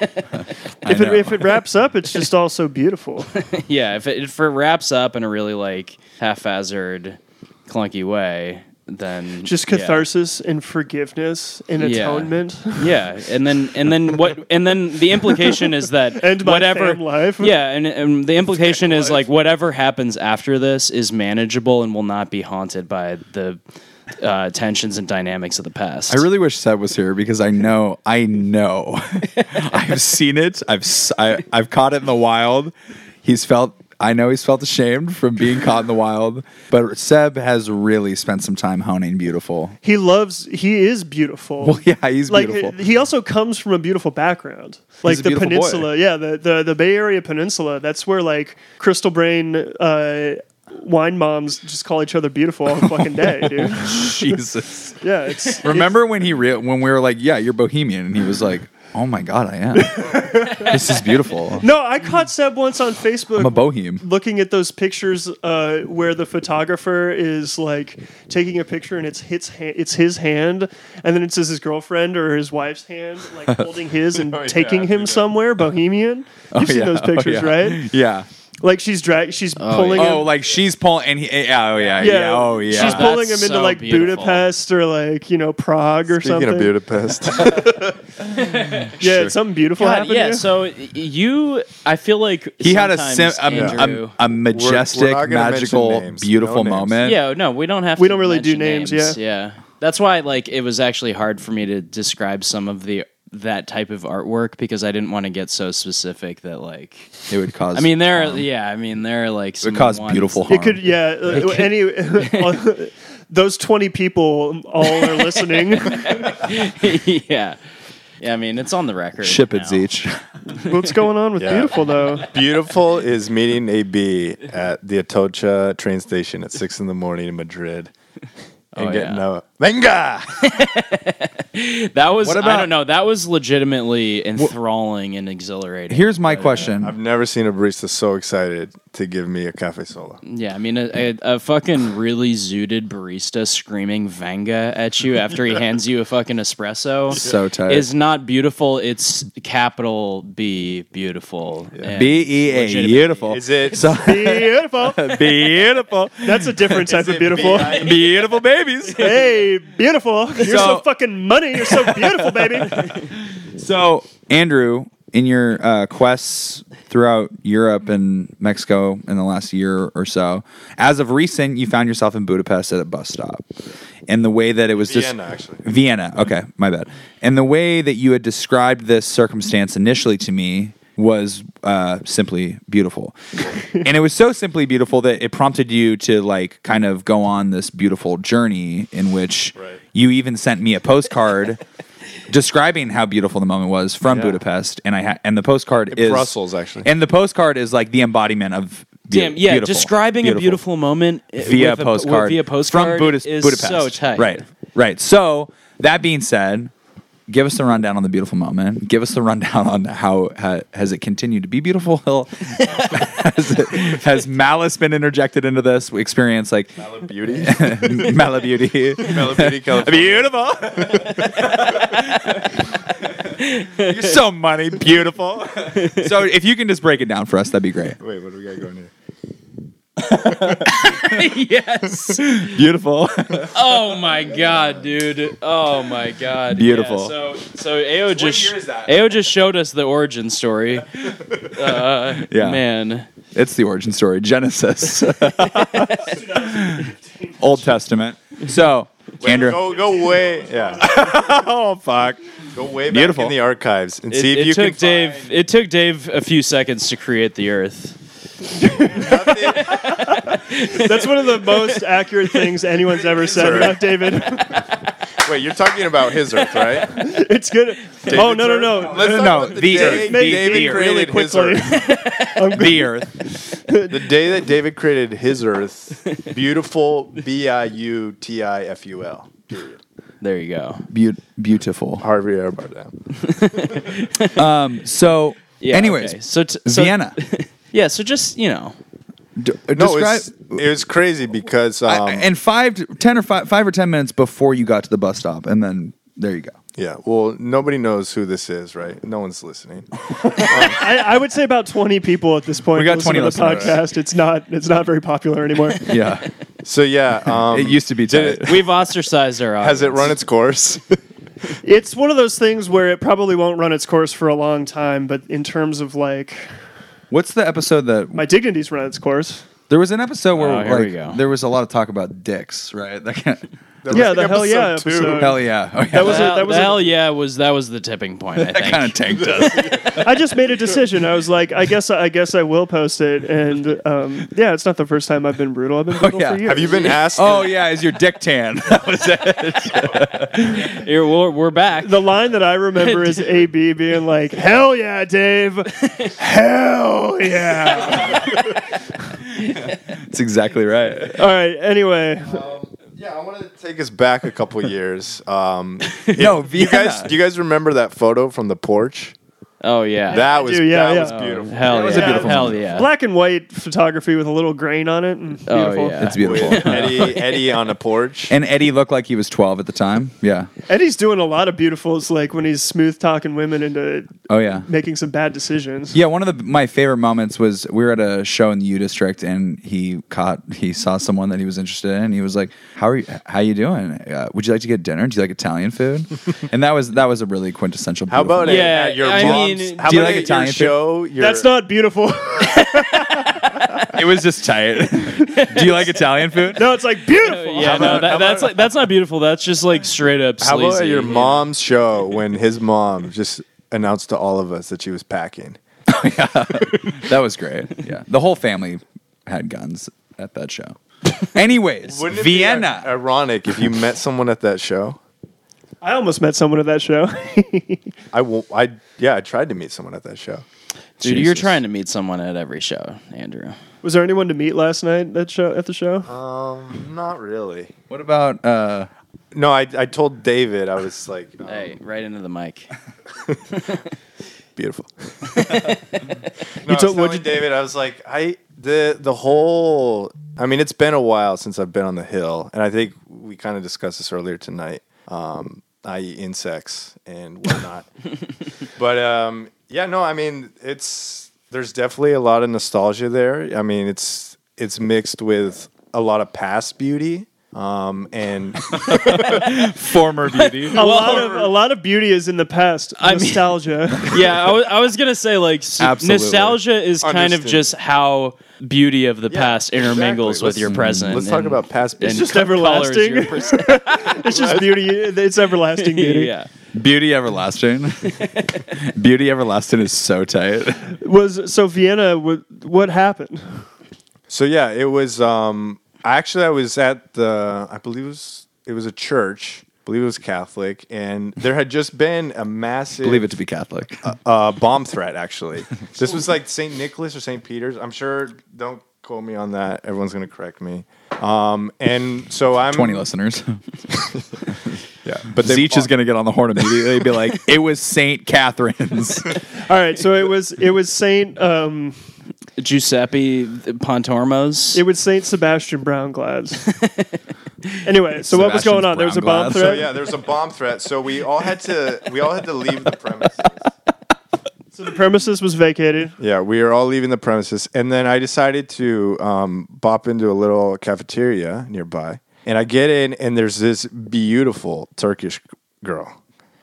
If it,
know.
if it wraps up, it's just all so beautiful.
yeah, if it, if it wraps up in a really like haphazard, clunky way, then
Just
yeah.
catharsis and forgiveness and
Yeah.
atonement.
Yeah, and then and then what? And then the implication is that
End my
whatever
fam life.
Yeah, and, and the implication is like whatever happens after this is manageable and will not be haunted by the uh, tensions and dynamics of the past.
I really wish Seb was here because I know, I know, I've seen it. I've s- I, have i have caught it in the wild. He's felt. I know he's felt ashamed from being caught in the wild, but Seb has really spent some time honing beautiful.
He loves. He is beautiful.
Well, yeah, he's
like
beautiful.
he also comes from a beautiful background like
a
the
beautiful boy.
peninsula yeah the, the the bay area peninsula that's where like crystal brain uh wine moms just call each other beautiful all
Oh,
fucking day dude
Jesus.
yeah it's
Remember when he re- when we were like, "Yeah, you're bohemian," and he was like, "Oh my god, I am. this is beautiful.
no i caught seb once on facebook
I'm a bohem."
looking at those pictures uh, where the photographer is like taking a picture and it's his, ha- it's his hand and then it says his girlfriend or his wife's hand like holding his and
Oh, yeah,
taking
I've
him
seen that.
somewhere bohemian you've seen
yeah.
those
Oh,
pictures
yeah.
right
Yeah.
like she's drag she's pulling him
Oh, like she's pulling, and he, yeah, oh yeah, yeah, oh yeah.
she's
pull-
pulling him
That's
into
so
like
beautiful.
budapest or like you know prague or
Speaking
something
of Budapest,
yeah it's something beautiful
God,
happened
yeah.
to you?
So y- you, I feel like
he had a, sim-
sometimes,
a,
Andrew-
a, a majestic,
We're- we're not gonna
magical,
mention names.
beautiful
No names.
moment.
yeah. No, we don't have.
We
to
don't really do
mention
names,
Yeah. That's why like it was actually hard for me to describe some of the that type of artwork because I didn't want to get so specific that like
It would cause.
I mean there are yeah I mean there are like some
it would cause
ones-
beautiful harm.
it could yeah uh, any those 20 people all are listening
yeah. Yeah, I mean it's on the record.
ship
now.
it, Zeech.
what's going on with
Yeah.
beautiful though
beautiful is meeting AB at the Atocha train station at six in the morning in Madrid. And
Oh,
getting
yeah.
a venga.
That was
What
I
about-
don't know. That was legitimately enthralling and exhilarating.
Here's my question.
I've never seen a barista so excited to give me a cafe sola.
yeah, I mean a, a, a fucking really zooted barista screaming vanga at you after he hands you a fucking espresso.
So tight.
Is not beautiful. It's capital B beautiful. and
B E A
legitimate.
beautiful.
Is it
so
Beautiful.
beautiful?
That's a different type of beautiful.
beautiful babies.
Hey, beautiful. You're so,
So-
fucking money. You're so beautiful, baby.
So, Andrew, in your uh, quests throughout Europe and Mexico in the last year or so, as of recent, you found yourself in Budapest at a bus stop. And the way that it was just
Vienna, actually.
Vienna, okay, my bad. And the way that you had described this circumstance initially to me was uh, simply beautiful. and it was so simply beautiful that it prompted you to like kind of go on this beautiful journey in which
Right.
you even sent me a postcard describing how beautiful the moment was from
Yeah.
Budapest, and I ha- and the postcard is
Brussels, actually.
and the postcard is like the embodiment of beau-
Damn, yeah,
beautiful,
describing a beautiful moment uh,
via
with a-
postcard
via postcard
from Budas-
is
Budapest.
so tight.
Right, right. So that being said, give us the rundown on the beautiful moment. Give us the rundown on how ha- has it continued to be beautiful? has, it, has malice been interjected into this experience? Like
Mallet Beauty?
Mala beauty.
Mallet Beauty, California.
Beautiful. You're so money, beautiful. so if you can just break it down for us, that'd be great.
Wait, what do we got going here?
yes.
Beautiful.
Oh my god, dude. Oh my god.
Beautiful.
Yeah, so so Ao just
year is that?
Ao just showed us the origin story. Uh,
Yeah.
man.
it's the origin story, Genesis, Old Testament. So, Andrew,
Go, go way. Yeah. oh, fuck. Go way back
Beautiful.
in the archives and
It,
see if
it
you
took
can
Dave
find
it took Dave a few seconds to create the earth.
nothing.
That's one of the most accurate things anyone's ever said about David.
Wait, you're talking about his earth, right?
It's good. oh no no no.
Let's
No,
talk
no,
about the,
the
day
earth.
Made
David
David really
created his
quickly.
earth.
the Earth.
The day that David created his earth, beautiful, B I U T I F U L. Period.
There you go.
Be- beautiful.
Harvey Arbardam.
Um, so,
Yeah.
anyways,
okay. so, t- so
Vienna.
Yeah, so just, you know,
D-
No,
describe-
it's, it was crazy because um,
I- I- and five, to- ten or five, five or ten minutes before you got to the bus stop, and then there you go.
yeah, well, nobody knows who this is, right? No one's listening.
I, I would say about twenty people at this point.
We got
listen
20
to the
listeners.
podcast. It's not it's not very popular anymore.
Yeah,
So yeah, um,
it used to be.
did
tight.
we've ostracized our audience.
has it run its course?
It's one of those things where it probably won't run its course for a long time, but in terms of like
What's the episode that
my dignity's run its course.
There was an episode where
Oh, here
like,
we go.
there was a lot of talk about dicks, right? That can't-
yeah, the hell yeah.
episode two.
episode.
hell yeah. Oh, yeah.
That was a-
Well,
that was
the
a-
hell yeah was that was the tipping point, I think.
kind of tanked us.
I just made a decision. I was like, I guess I guess I will post it. And um, yeah, it's not the first time I've been brutal. I've been brutal
Oh, yeah.
for years.
Have you been asked?
oh yeah, is your dick tan? That was it.
Here, we're, we're back.
the line that I remember is AB being like, "Hell yeah, Dave! Hell yeah!"
That's exactly right.
All right. Anyway,
yeah, I wanted to take us back a couple years. Um,
no, Vienna.
you guys, do you guys remember that photo from the porch?
oh yeah.
That was
do, yeah, Oh,
that
yeah.
was beautiful.
Hell
That was a
yeah.
beautiful
hell
moment.
yeah.
black and white photography with a little grain on it. And
Oh,
beautiful.
yeah.
It's beautiful.
With Eddie, Eddie on a porch.
and Eddie looked like he was 12 at the time. Yeah.
Eddie's doing a lot of beautifuls, like when he's smooth talking women into
Oh yeah.
making some bad decisions.
Yeah, one of the, my favorite moments was we were at a show in the U District, and he caught he saw someone that he was interested in. And he was like, "How are you? How you doing? Uh, would you like to get dinner? Do you like Italian food?" and that was that was a really quintessential.
How about
beautiful
it?
Yeah,
at your
I
mom's?
mean-
how
Do you
about
like
it at
Italian
your
food?
show? Your,
That's not beautiful.
moment. It was just tight. Do you like Italian food?
no, it's like beautiful.
Yeah, no, that, that's like that's not beautiful. That's just like straight up
How
sleazy.
about at your mom's show when his mom just announced to all of us that she was packing?
That was great. Yeah, the whole family had guns at that show. Anyways, Vienna.
Be ir- ironic if you met someone at that show.
I almost met someone at that show.
I won't. I yeah, I tried to meet someone at that show.
Dude, you're
Jesus.
trying to meet someone at every show, Andrew.
Was there anyone to meet last night that show at the show?
Um, not really.
What about uh,
No, I, I told David, I was like, um,
Hey, right into the mic.
beautiful. no,
told-
I was
what'd
telling David, I was like, I the the whole. I mean, it's been a while since I've been on the hill, and I think we kind of discussed this earlier tonight. Um, i.e., insects and whatnot. but um, yeah, no, I mean, it's there's definitely a lot of nostalgia there. I mean, it's it's mixed with a lot of past beauty. Um, and
Former beauty.
A lot of a lot of beauty is in the past.
I mean-
Nostalgia.
yeah, I was, I was gonna say like s-
Absolutely.
nostalgia is kind of
Understood.
just how beauty of the past intermingles
exactly.
with your
Let's-
present.
let's talk
and-
about past
and
beauty.
just
co- colors
everlasting.
your pers-
it's just beauty. It's everlasting beauty.
yeah,
Beauty everlasting. Beauty everlasting is so tight.
Was so Vienna. wa- What happened?
So yeah, it was um actually I was at the I believe it was it was a church. I believe it was Catholic and there had just been a massive
Believe it to be Catholic.
uh, bomb threat actually. this was like St. Nicholas or St. Peter's. I'm sure don't quote me on that. Everyone's going to correct me. Um and so I'm
Twenty listeners.
Yeah. But they
Zeech is gonna get on the horn immediately. and Be like, it was Saint Catherine's.
All right. So it was it was Saint um
Giuseppe Pontormos.
it was Saint Sebastian Brown Glads. anyway, so what was
Sebastian's
going on? There was a
Brown
bomb
oh, Glads.
threat.
So Oh, yeah, there was a bomb threat. So we all had to we all had to leave the premises.
So the premises was vacated.
Yeah, we are all leaving the premises, and then I decided to um, bop into a little cafeteria nearby, and I get in, and there's this beautiful Turkish girl,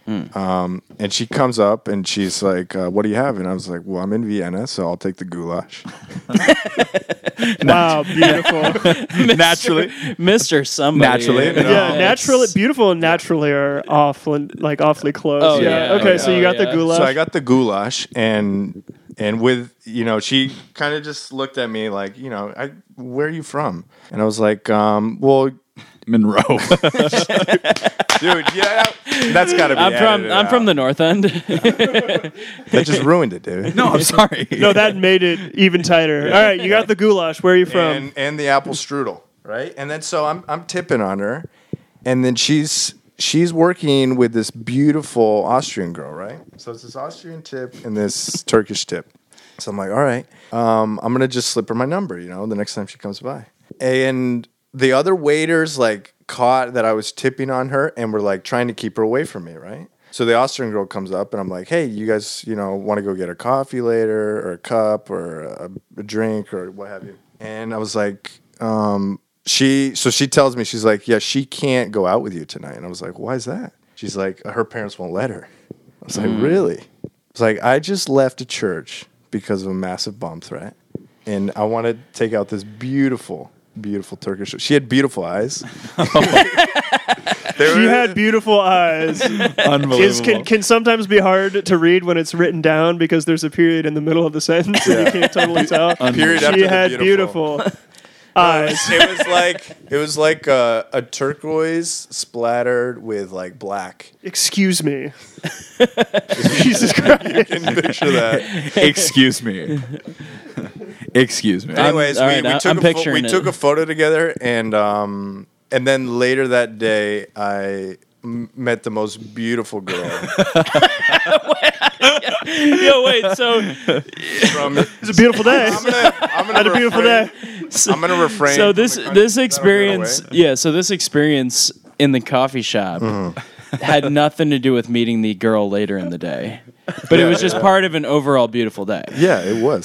Hmm.
um, and she comes up and she's like, uh, "What do you have?" And I was like, "Well, I'm in Vienna, so I'll take the goulash."
Wow, beautiful.
Naturally,
Mister somebody.
Naturally.
you know?
yeah,
It's-
naturally beautiful and naturally are awfully like awfully close.
Oh, yeah.
Okay,
Oh,
so
yeah.
you got
Yeah.
the goulash.
So I got the goulash, and and with you know, she kind of just looked at me like, you know, I where are you from? And I was like, um, well.
Monroe.
Dude, yeah, that's gotta be.
I'm from
edited
I'm from
out.
the North End.
That just ruined it, dude.
no, I'm sorry.
no, that made it even tighter. All right, you got the goulash. Where are you from?
and and the apple strudel, right? And then so I'm I'm tipping on her, and then she's she's working with this beautiful Austrian girl, right? So it's this Austrian tip and this Turkish tip. So I'm like, all right, um, I'm gonna just slip her my number, you know, the next time she comes by. And the other waiters like caught that I was tipping on her and were like trying to keep her away from me, right? So the Austrian girl comes up and I'm like, hey, you guys, you know, want to go get a coffee later or a cup or a, a drink or what have you? And I was like, um, she, so she tells me, she's like, yeah, she can't go out with you tonight. And I was like, why is that? She's like, her parents won't let her. I was like, really? It's like I just left a church because of a massive bomb threat, and I want to take out this beautiful, beautiful Turkish. She had beautiful eyes. They
you
were-
had beautiful eyes. It's,
Unbelievable.
can, can sometimes be hard to read when it's written down because there's a period in the middle of the sentence and you can't totally tell.
Period
she
after the
had
beautiful.
beautiful, eyes.
it was like it was like a, a turquoise splattered with like black.
Excuse me. Jesus Christ.
Can you picture that?
Excuse me. Excuse me.
Anyways,
all
we,
right,
we
now
took
I'm
a pho- we
picturing it.
took a photo together, and um, and then later that day, I m- met the most beautiful girl
Yo, wait. So
from
It's a beautiful day.
I'm gonna, I'm gonna
Had a beautiful
refrain-
day.
I'm gonna refrain.
so
from
this
the country.
this
That'll go
experience,
away.
yeah. So this experience in the coffee shop
Mm-hmm.
had nothing to do with meeting the girl later in the day, but it
Yeah,
was just
yeah.
part of an overall beautiful day.
Yeah, it was.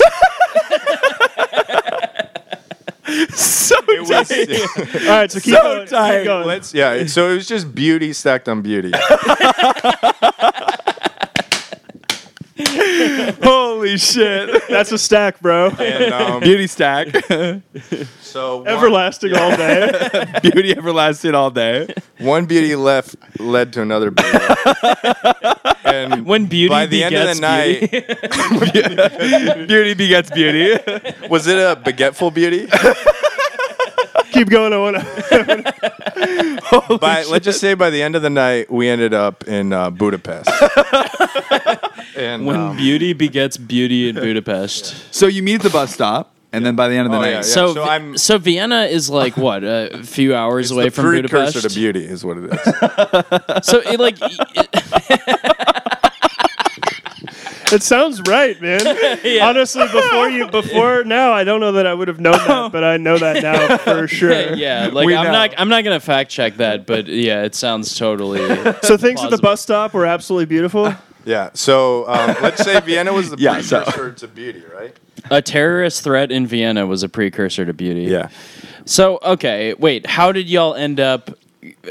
so
It was.
All right, so keep
So
going.
tired.
Keep going.
Let's. Yeah. So it was just beauty stacked on beauty.
holy shit.
That's a stack, bro.
And um,
Beauty stack.
so one,
Everlasting all day.
Beauty everlasting all day.
one beauty left led to another beauty. and
When beauty
by the end of
begets
the
beauty,
night,
Beauty begets beauty.
was it a baguetteful beauty?
keep going. I want
by let's just say by the end of the night, we ended up in uh, Budapest. um, and
when
um,
beauty begets beauty in Budapest.
So you meet at the bus stop. and then by the end of the
Oh,
night,
yeah, yeah.
So,
so
Vi-
I'm-
so Vienna is like what a few hours away
the
from
precursor
Budapest.
to beauty is what it is.
so it like
It sounds right, man. Honestly, before you, before now, I don't know that I would have known that, but I know that now for sure.
yeah, like
We
I'm
know.
not I'm not gonna fact check that, but yeah, it sounds totally.
So things at the
Plausible.
bus stop were absolutely beautiful.
yeah. So um, let's say Vienna was the
Yeah, so-
precursor to beauty, right?
a terrorist threat in Vienna was a precursor to beauty.
Yeah.
So okay, wait, how did y'all end up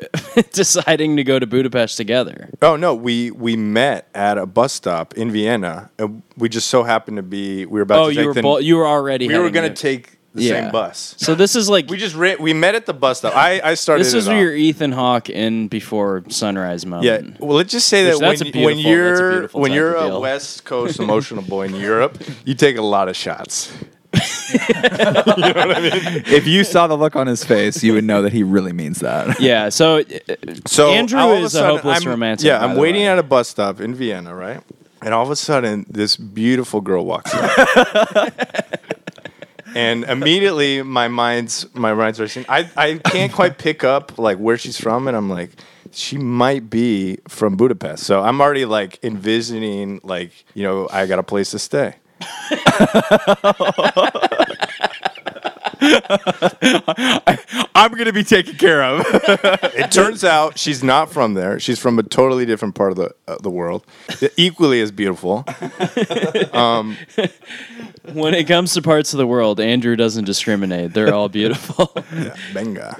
deciding to go to Budapest together?
Oh no, we we met at a bus stop in Vienna, and we just so happened to be we were about
oh,
to
you
take
were
the,
bo- you were already.
we were
heading
going
there.
to take the
Yeah.
same bus.
So this is like
We just ran, we met at the bus stop. I I started.
this is
it
your
off.
Ethan Hawke in Before Sunrise
Yeah,
moment.
well, let's just say
Which
that
that's
when,
a beautiful-
when
that's a
you're
beautiful
when
type
you're
of
a
deal.
West Coast emotional boy in Europe, you take a lot of shots.
if you saw the look on his face, you would know that he really means that.
Yeah. So uh,
So
Andrew
all of
is a hopeless
I'm,
romantic,
Yeah,
by
I'm
the
waiting
way.
at a bus stop in Vienna, right? And all of a sudden, this beautiful girl walks up. and immediately, my mind's my mind's racing. I I can't quite pick up like where she's from, and I'm like, she might be from Budapest. So I'm already like envisioning like you know I got a place to stay.
I'm going to be taken care of.
It turns out she's not from there. She's from a totally different part of the uh, the world, equally as beautiful.
when it comes to parts of the world, Andrew doesn't discriminate. They're all beautiful.
Benga.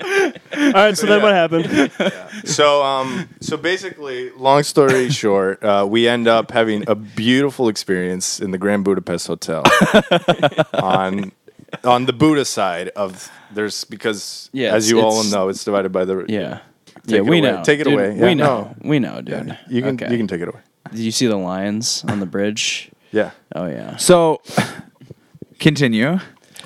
All right, so then what happened?
so um so basically long story short uh, we end up having a beautiful experience in the grand budapest hotel on on the buddha side of there's because
Yeah,
as
it's-
you all
it's-
know it's divided by the
yeah.
Take
yeah,
it
we
away.
know.
Take it
dude.
away.
we
Yeah,
know.
no.
We know, dude.
you can
Okay.
you can take it away
Did you see the lions on the bridge?
yeah
Oh yeah.
So, continue.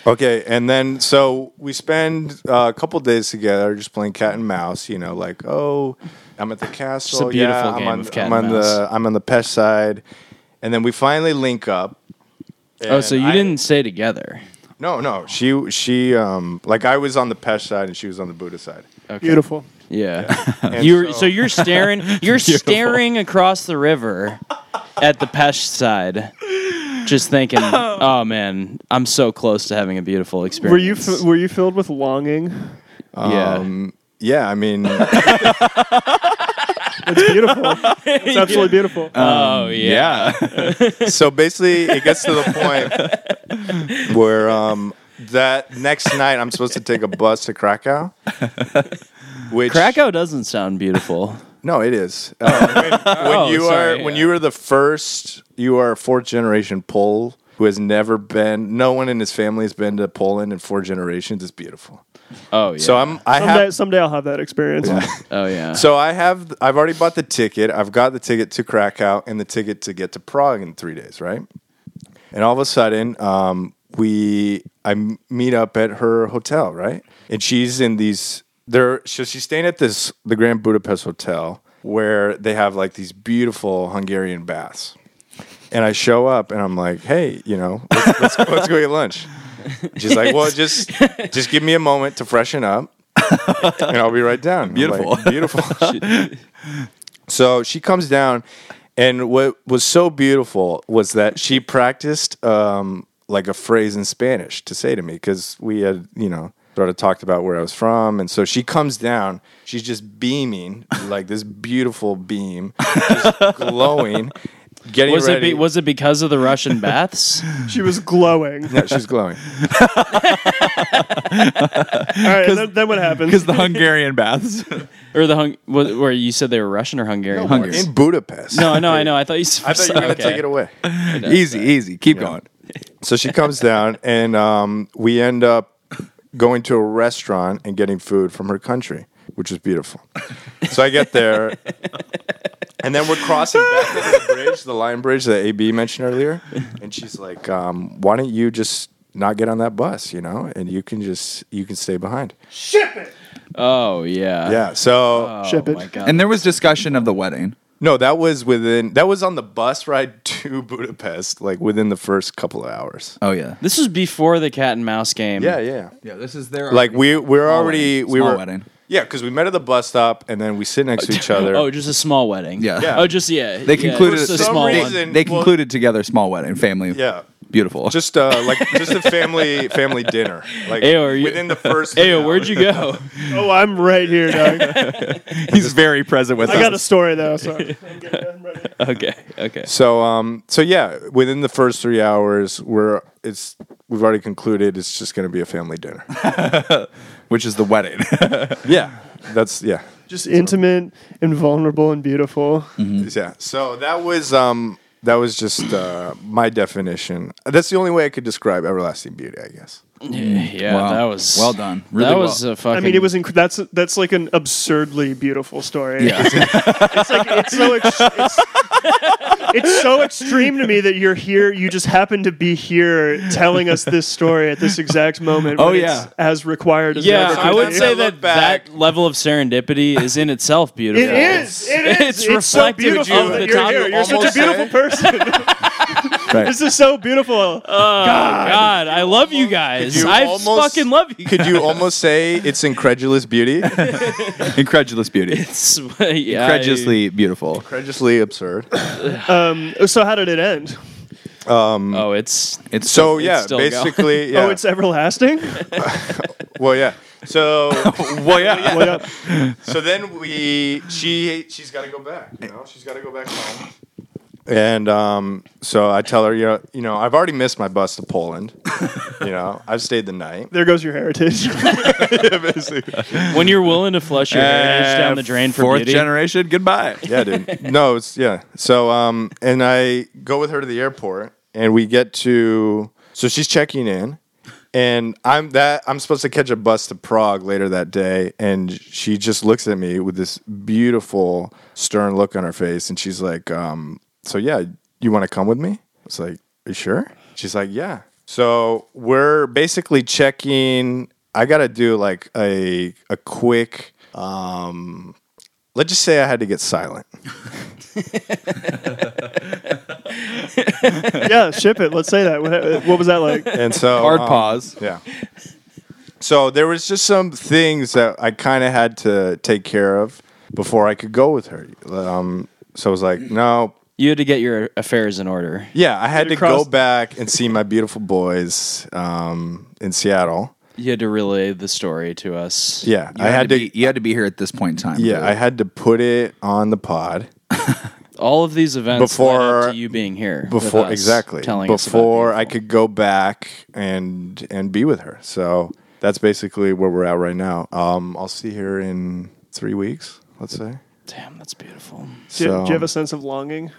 Okay, and then so we spend uh, a couple days together just playing cat and mouse. You know, like oh, I'm at the castle.
a beautiful
yeah,
game
I'm on,
of cat
I'm
and
on
mouse.
the I'm on the pest side, and then we finally link up.
oh, so
And
you
I-
didn't stay together.
No, no. She she um like I was on the pest side and she was on the Buddha side.
Beautiful.
Yeah.
And
you're so, you're staring you're staring across the river at the Pesh side. Just thinking, oh man, I'm so close to having a beautiful experience.
Were you
mm,
f- were you filled with longing?
yeah.
um, yeah, I mean
It's beautiful. It's absolutely beautiful.
oh yeah.
so basically it gets to the point where um that next night I'm supposed to take a bus to Krakow. Which
Krakow doesn't sound beautiful.
No, it is. Uh, when when
Oh,
you
sorry,
are when
yeah.
you are the first, you are a fourth generation Pole who has never been. No one in his family has been to Poland in four generations. It's beautiful.
Oh yeah.
So I'm. I
Someday,
have.
someday I'll have that experience.
oh yeah.
So I have. I've already bought the ticket. I've got the ticket to Krakow and the ticket to get to Prague in three days. Right. And all of a sudden, um, we I m- meet up at her hotel, right? And she's in these there so she's staying at this the Grand Budapest Hotel where they have like these beautiful Hungarian baths. And I show up and I'm like, "Hey, you know, let's, let's, go- let's go eat lunch." She's like, "Well, just just give me a moment to freshen up, and I'll be right down." I'm like,
Beautiful.
beautiful. So she comes down, and what was so beautiful was that she practiced um, like a phrase in Spanish to say to me because we had, you know, sort of talked about where I was from. And so she comes down, she's just beaming like this beautiful beam, just glowing, getting
was it
ready.
be, was it because of the Russian baths?
She was glowing. All
yeah, she's glowing.
right, and then, then what happened?
Because the Hungarian baths.
Or the hung was, where you said they were Russian or Hungarian?
Hungary.
In Budapest.
No, I know, I know. I thought you.
I thought you were going to take it away.
easy, easy. Keep going.
So she comes down, and um, we end up going to a restaurant and getting food from her country, which is beautiful. So I get there, and then we're crossing back over the bridge, the Lion Bridge that AB mentioned earlier. And she's like, um, "Why don't you just not get on that bus, you know, and you can just you can stay behind."
Oh yeah.
Yeah. So
Ship
Oh
it.
my god.
And there was discussion of the wedding.
No, that was within. That was on the bus ride to Budapest, like within the first couple of hours.
Oh yeah.
This was before the cat and mouse game.
Yeah, yeah.
Yeah, this is their
Like we we're
Small
already
wedding.
we
Small
were
wedding.
yeah because we met at the bus stop and then we sit next to each other.
Oh, just a small wedding.
Yeah.
Yeah.
Oh, just yeah.
They concluded
yeah, just a
they-
some
small
they,
one.
reason-
they
well-
concluded together small wedding family.
Yeah.
Beautiful.
just uh, like just a family family dinner. Like
Ayo, are you-
within the first.
Ayo, where'd you go?
Oh, I'm right here, dog.
he's very present with
I got a story though. Sorry.
okay, okay.
So um so yeah, within the first three hours, we're it's we've already concluded it's just going to be a family dinner.
which is the wedding.
yeah, that's yeah.
Just intimate and vulnerable and beautiful.
Yeah. So that was um that was just uh my definition. That's the only way I could describe everlasting beauty, I guess.
Yeah,
Mm, Wow.
that was
Well done. Really
that
well.
was a fucking.
I mean, it was inc- that's that's like an absurdly beautiful story.
uh,
it's like it's so ex- it's, it's so extreme to me that you're here. You just happen to be here telling us this story at this exact moment.
Oh,
when
yeah.
it's as required as
Yeah,
ever
I
could
would
be.
say
Sometimes I
that
look back-
that level of serendipity is in itself beautiful.
It is. It is.
It's
so
reflective
beautiful
of
that
the
you're
time
here.
you
You're such a
almost
beautiful person.
Right.
This is so beautiful.
Uh, Oh, God, I love you guys.
you
I
almost-
fucking love you.
Could you almost say it's incredulous beauty?
Incredulous beauty.
It's yeah,
Incredulously beautiful.
Incredulously absurd.
so how did it end?
I- oh, it's
It's
So
It's
yeah,
still going.
basically yeah.
Oh, it's everlasting.
well yeah. So
well, yeah.
What up?
So then we she she's got to go back. You know, she's got to go back home. And um, so I tell her, you know, you know, I've already missed my bus to Poland. you know, I've stayed the night.
There goes your heritage.
Basically.
when you're willing to flush your heritage down the drain for
Uh, Fourth
beauty.
generation. Goodbye.
yeah, dude. No, it's yeah. So um, and I go with her to the airport, and we get to. So she's checking in, and I'm that I'm supposed to catch a bus to Prague later that day, and she just looks at me with this beautiful stern look on her face, and she's like, um, "So yeah, you want to come with me?" I was like, "Are you sure?" She's like, "Yeah." So we're basically checking. I gotta do like a a quick. Um, let's just say I had to get silent.
yeah, ship it. Let's say that. What, what was that like?
and so
Hard
um,
pause.
Yeah. So there was just some things that I kind of had to take care of before I could go with her. Um, so I was like, no,
You had to get your affairs in order.
yeah, I had to
you cross-
go back and see my beautiful boys um, in Seattle.
You had to relay the story to us.
Yeah,
You
I had, to.
be, you had to be here at this point in time.
yeah,
too.
I had to put it on the pod
All of these events led up
Before-
to you being here. with
before
us,
exactly
telling us about
before I
beautiful.
could go back and and be with her. So that's basically where we're at right now. Um, I'll see her in three weeks, let's say.
Damn, that's beautiful.
Do you, do you have
So-
a sense of longing?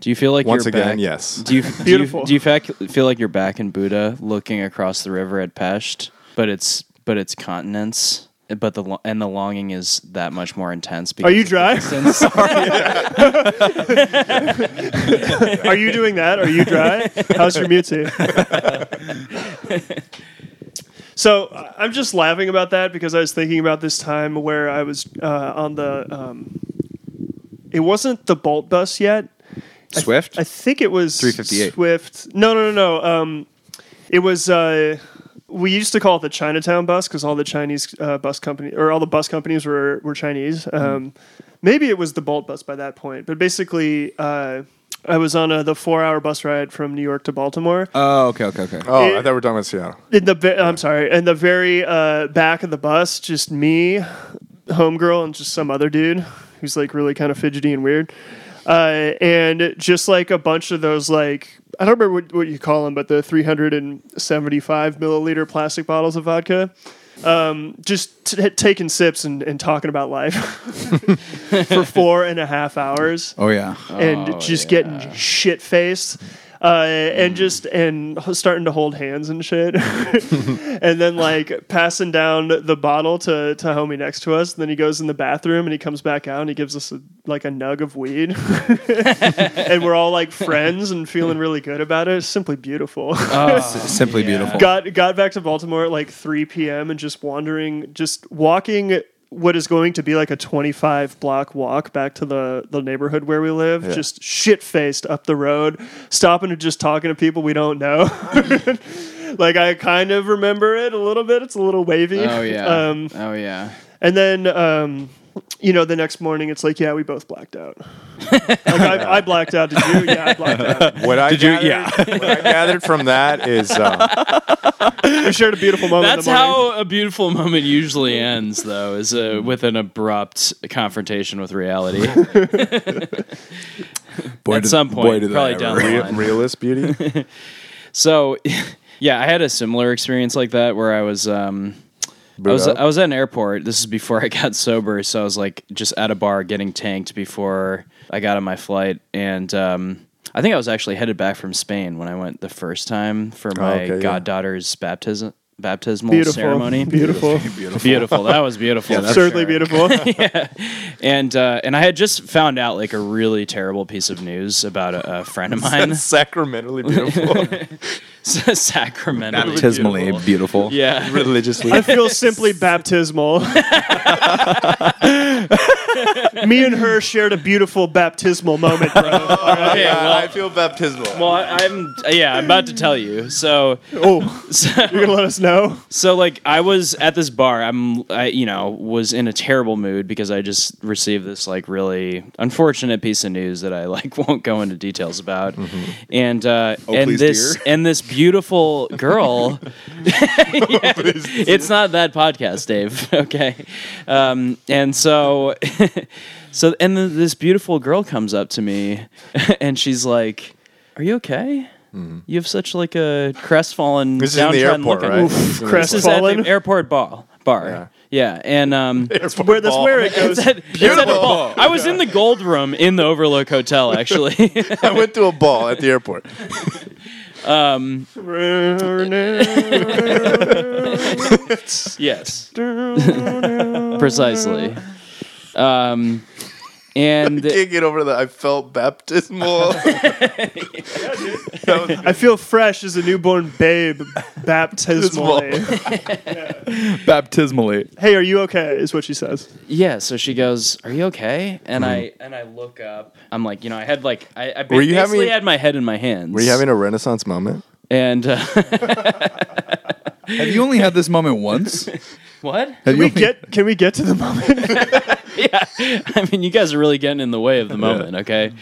Do you feel like
Once
you're
again,
back?
yes.
Do you do you,
Beautiful.
do you fac- feel like you're back in Buddha, looking across the river at Pesht, but it's but it's continents, but the lo- and the longing is that much more intense. Because
Are you
of the
dry?
distance.
Are you doing that? Are you dry? How's your Mewtwo? so I- I'm just laughing about that because I was thinking about this time where I was uh, on the. Um, it wasn't the Bolt bus yet.
Swift.
I think it was
358.
Swift. No, no, no, no. Um, it was. Uh, we used to call it the Chinatown bus because all the Chinese uh, bus company or all the bus companies were were Chinese. Um, Maybe it was the Bolt bus by that point, but basically, uh, I was on a, the four hour bus ride from New York to Baltimore.
oh, okay, okay, okay.
Oh,
It-
I thought we were talking about Seattle.
In the ve- I'm sorry, in the very uh, back of the bus, just me, homegirl, and just some other dude who's like really kind of fidgety and weird, uh, and just like a bunch of those like I don't remember what, what you call them, but the 375 milliliter plastic bottles of vodka, um, just t- taking sips and, and talking about life for four and a half hours
oh yeah.
and just getting shit faced. Uh, and just and h- starting to hold hands and shit, and then like passing down the bottle to to homie next to us. And then he goes in the bathroom and he comes back out and he gives us a, like a nug of weed, and we're all like friends and feeling really good about it. It's simply beautiful.
S- simply
Uh,
beautiful.
got got back to Baltimore at like 3 p.m. and just wandering, just walking what is going to be like a 25 block walk back to the, the neighborhood where we live,
Yeah.
just shit faced up the road, stopping and just talking to people we don't know. like I kind of remember it a little bit. It's a little wavy.
Oh yeah.
Um,
oh yeah.
and then, um, you know, the next morning it's like, yeah, we both blacked out. like I, I blacked out. Did you? Yeah, I blacked out.
What I
Did you-
gathered,
yeah.
what I gathered from that is um,
We shared a beautiful moment. in
That's
the morning.
how a beautiful moment usually ends, though, is uh with an abrupt confrontation with reality.
Boy,
At
did-
some
boy,
point,
did that
probably
ever.
down the
real,
line.
realist beauty.
So, yeah, I had a similar experience like that where I was, um, I was,
up?
I was at an airport. This is before I got sober, so I was like just at a bar getting tanked before I got on my flight, and um, I think I was actually headed back from Spain when I went the first time for my
okay, yeah.
goddaughter's baptism baptismal
beautiful
ceremony.
Beautiful.
Beautiful. That was beautiful. for
Absurdly
sure
beautiful.
and uh, and I had just found out like a really terrible piece of news about a, a friend of mine,
Sacramentally beautiful,
Sacramento.
Baptismally beautiful.
Yeah,
religiously.
I feel simply baptismal. Me and her shared a beautiful baptismal moment, bro. All right.
Okay, well-
I feel baptismal.
well, I, I'm yeah, I'm about to tell you. So,
Oh,
so
you're gonna let us know?
So like I was at this bar, I'm I you know was in a terrible mood because I just received this like really unfortunate piece of news that I like won't go into details about, and uh, and
Oh,
please,
this
dear.
and this beautiful girl, Yeah, it's not that podcast, Dave. Okay, um, and so so and then this beautiful girl comes up to me, and she's like, "Are you okay?" You have such like a crestfallen,
Mm-hmm. This is in the
downtrodden
airport,
look on-
right? Oof.
this is at
Crestfallen.
the airport ball bar. Yeah, and um,
That's where that's where it goes.
it's at, it's at a
Oh
ball. I was in the gold room in the Overlook Hotel actually.
I went to a ball at the airport.
yes, precisely. Um, and
Can't get over that. I felt baptismal.
I feel fresh as a newborn babe, baptismally.
Baptismally.
hey, are you okay? Is what she says.
yeah, so she goes, "Are you okay?" And I and I look up. I'm like, you know, I had like I, I
Were you
basically
having-
had my head in my hands.
Were you having a renaissance moment?
and uh,
Have you only had this moment once? Have
what?
you
We
only-
get can we get to the moment?
yeah. I mean, you guys are really getting in the way of the moment, okay?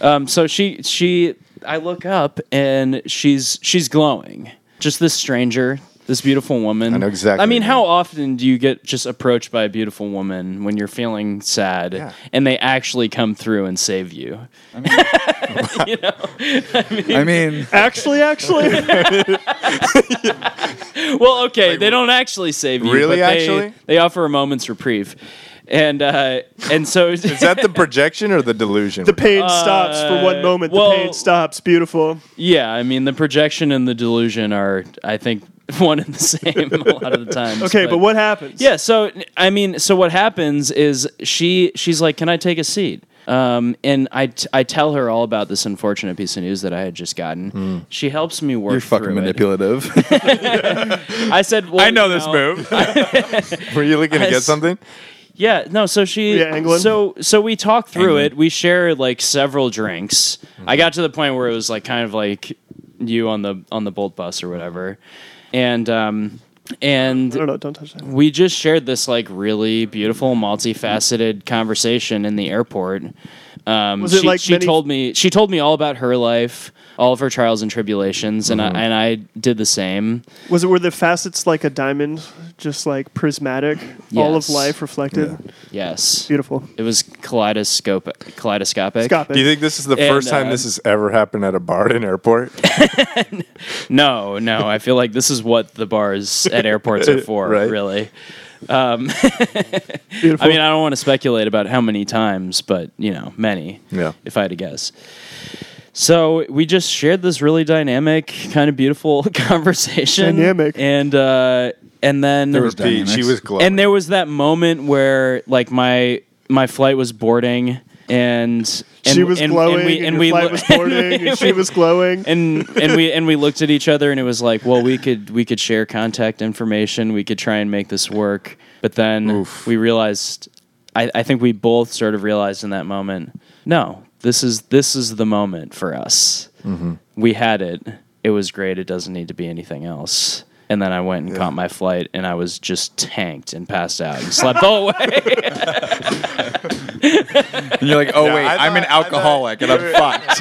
Um, so she she I look up and she's she's glowing. Just this stranger, this beautiful woman. I
know exactly
I mean,
what you
how often do you get just approached by a beautiful woman when you're feeling sad
Yeah.
and they actually come through and save you?
I mean,
actually, actually,
Well, okay, they don't actually save you. but
really
they,
actually?
they offer a moment's reprieve. And uh, and so
Is that the projection or the delusion?
the pain stops for one moment.
Uh, well-
the pain stops. Beautiful.
Yeah, I mean the projection and the delusion are, I think, one and the same a lot of the times.
Okay, but, what happens?
Yeah, so I mean, so what happens is she she's like, "Can I take a seat?" Um, and I, t- I tell her all about this unfortunate piece of news that I had just gotten. She helps me work.
Hmm. you're fucking
through it.
manipulative.
I said, well,
I know
you
this move.
Were you looking to
I
get
s-
something?
Yeah, no, so she
Yeah, England.
so so we talked through it. We shared like several drinks.
Mm-hmm.
I got to the point where it was like kind of like you on the on the bolt bus or whatever. And um and
No, no, don't touch that.
we just shared this like really beautiful multifaceted conversation in the airport um,
Was it
she,
like
she
many-
told me she told me all about her life all of her trials and tribulations
Mm-hmm.
and I, and I did the same
Was it were the facets like a diamond, just like prismatic, all of
Yes.
life reflected?
yes
Beautiful.
it was kaleidoscope kaleidoscopic
Scop it.
Do you think this is the
And,
first time
uh,
this has ever happened at a bar at an airport?
no no I feel like this is what the bars at airports are for
Right.
really
Beautiful.
I mean I don't want to speculate about how many times but you know many
Yeah.
if I had to guess. So we just shared this really dynamic, kind of beautiful conversation.
Dynamic.
and uh, and then
There was
Pete, she
Dynamics.
was glowing.
and there was that moment where like my my flight was boarding, and, and
she was
and,
glowing,
and we and,
your
we
flight
lo-
was boarding, and she was glowing.
and and we and we looked at each other, and it was like, well, we could we could share contact information, we could try and make this work. But then
Oof.
we realized, I, I think we both sort of realized in that moment, no, this is this is the moment for us. We had it. It was great. It doesn't need to be anything else. And then I went and caught my flight, and I was just tanked and passed out and slept all the way.
And you're like, oh
Yeah,
wait,
I
I'm an
thought- I thought-
alcoholic and I'm fucked.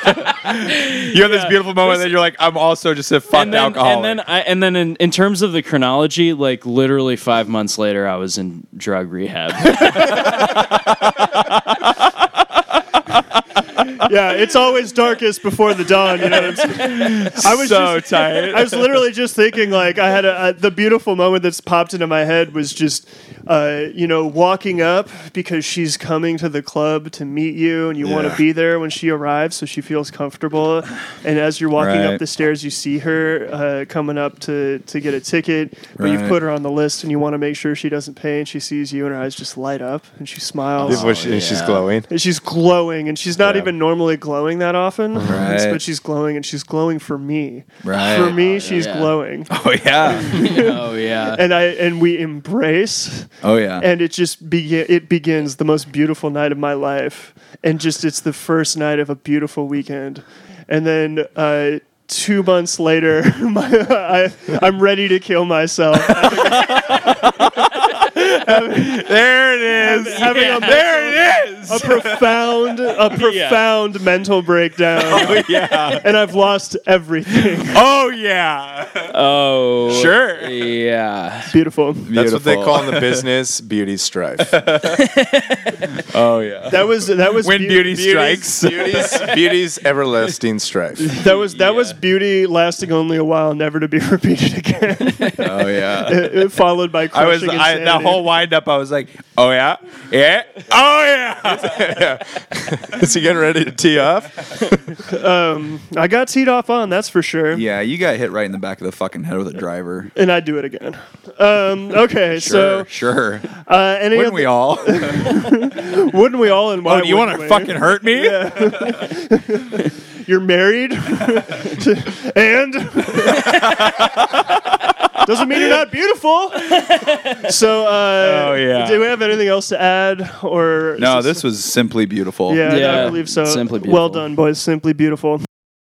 you have this beautiful moment, and then you're like, I'm also just a fucked
and then,
alcoholic.
and then, I, and then in, in terms of the chronology, like literally five months later, I was in drug rehab.
yeah, it's always darkest before the dawn. You know what I'm saying? I was
so
just,
tired.
I was literally just thinking, like, I had a, a the beautiful moment that's popped into my head was just, uh, you know, walking up because she's coming to the club to meet you, and you want
Yeah.
to be there when she arrives so she feels comfortable. And as you're walking
Right.
up the stairs, you see her uh, coming up to to get a ticket, but you've
Right.
put her on the list, and you want to make sure she doesn't pay, and she sees you, and her eyes just light up, and she smiles.
Oh,
This is what she- and she's
yeah.
glowing.
And she's glowing, and she's not even normally glowing that often.
Right.
But she's glowing, and she's glowing for me.
Right.
For me, she's
yeah.
glowing,
oh yeah.
oh yeah.
and I and we embrace,
Oh yeah.
and it just begin. It begins the most beautiful night of my life, and just it's the first night of a beautiful weekend, and then. Uh, Two months later, my, I, I'm ready to kill myself.
there it is.
having a,
There it is.
a profound, a profound mental breakdown. Oh, yeah. And I've lost everything.
Oh yeah.
Oh
Sure.
yeah.
Beautiful.
That's what they call in the business beauty strife.
Oh yeah.
That was that was
When
beau-
beauty
beauty-
strikes.
beauty's, beauty's everlasting strife.
That was that was beauty lasting only a while, never to be repeated again.
Oh yeah.
It- it followed by
I was
crushing
I, that
insanity.
whole wind up. I was like, oh yeah, yeah, oh yeah.
Is he getting ready to tee off?
I got teed off on, that's for sure.
Yeah, you got hit right in the back of the fucking head with a driver.
And I'd do it again. Um, okay,
Sure,
so
sure.
uh, any
Wouldn't
other-
we all? oh,
wouldn't we all? And why?
do you want
wouldn't
to
we?
fucking hurt me?
You're married, and doesn't mean you're not beautiful. So, uh,
Oh, yeah.
Do we have anything else to add, or
No, this was simply beautiful.
Yeah,
Yeah,
I believe so.
Simply
Well
Beautiful.
done, boys. Simply beautiful.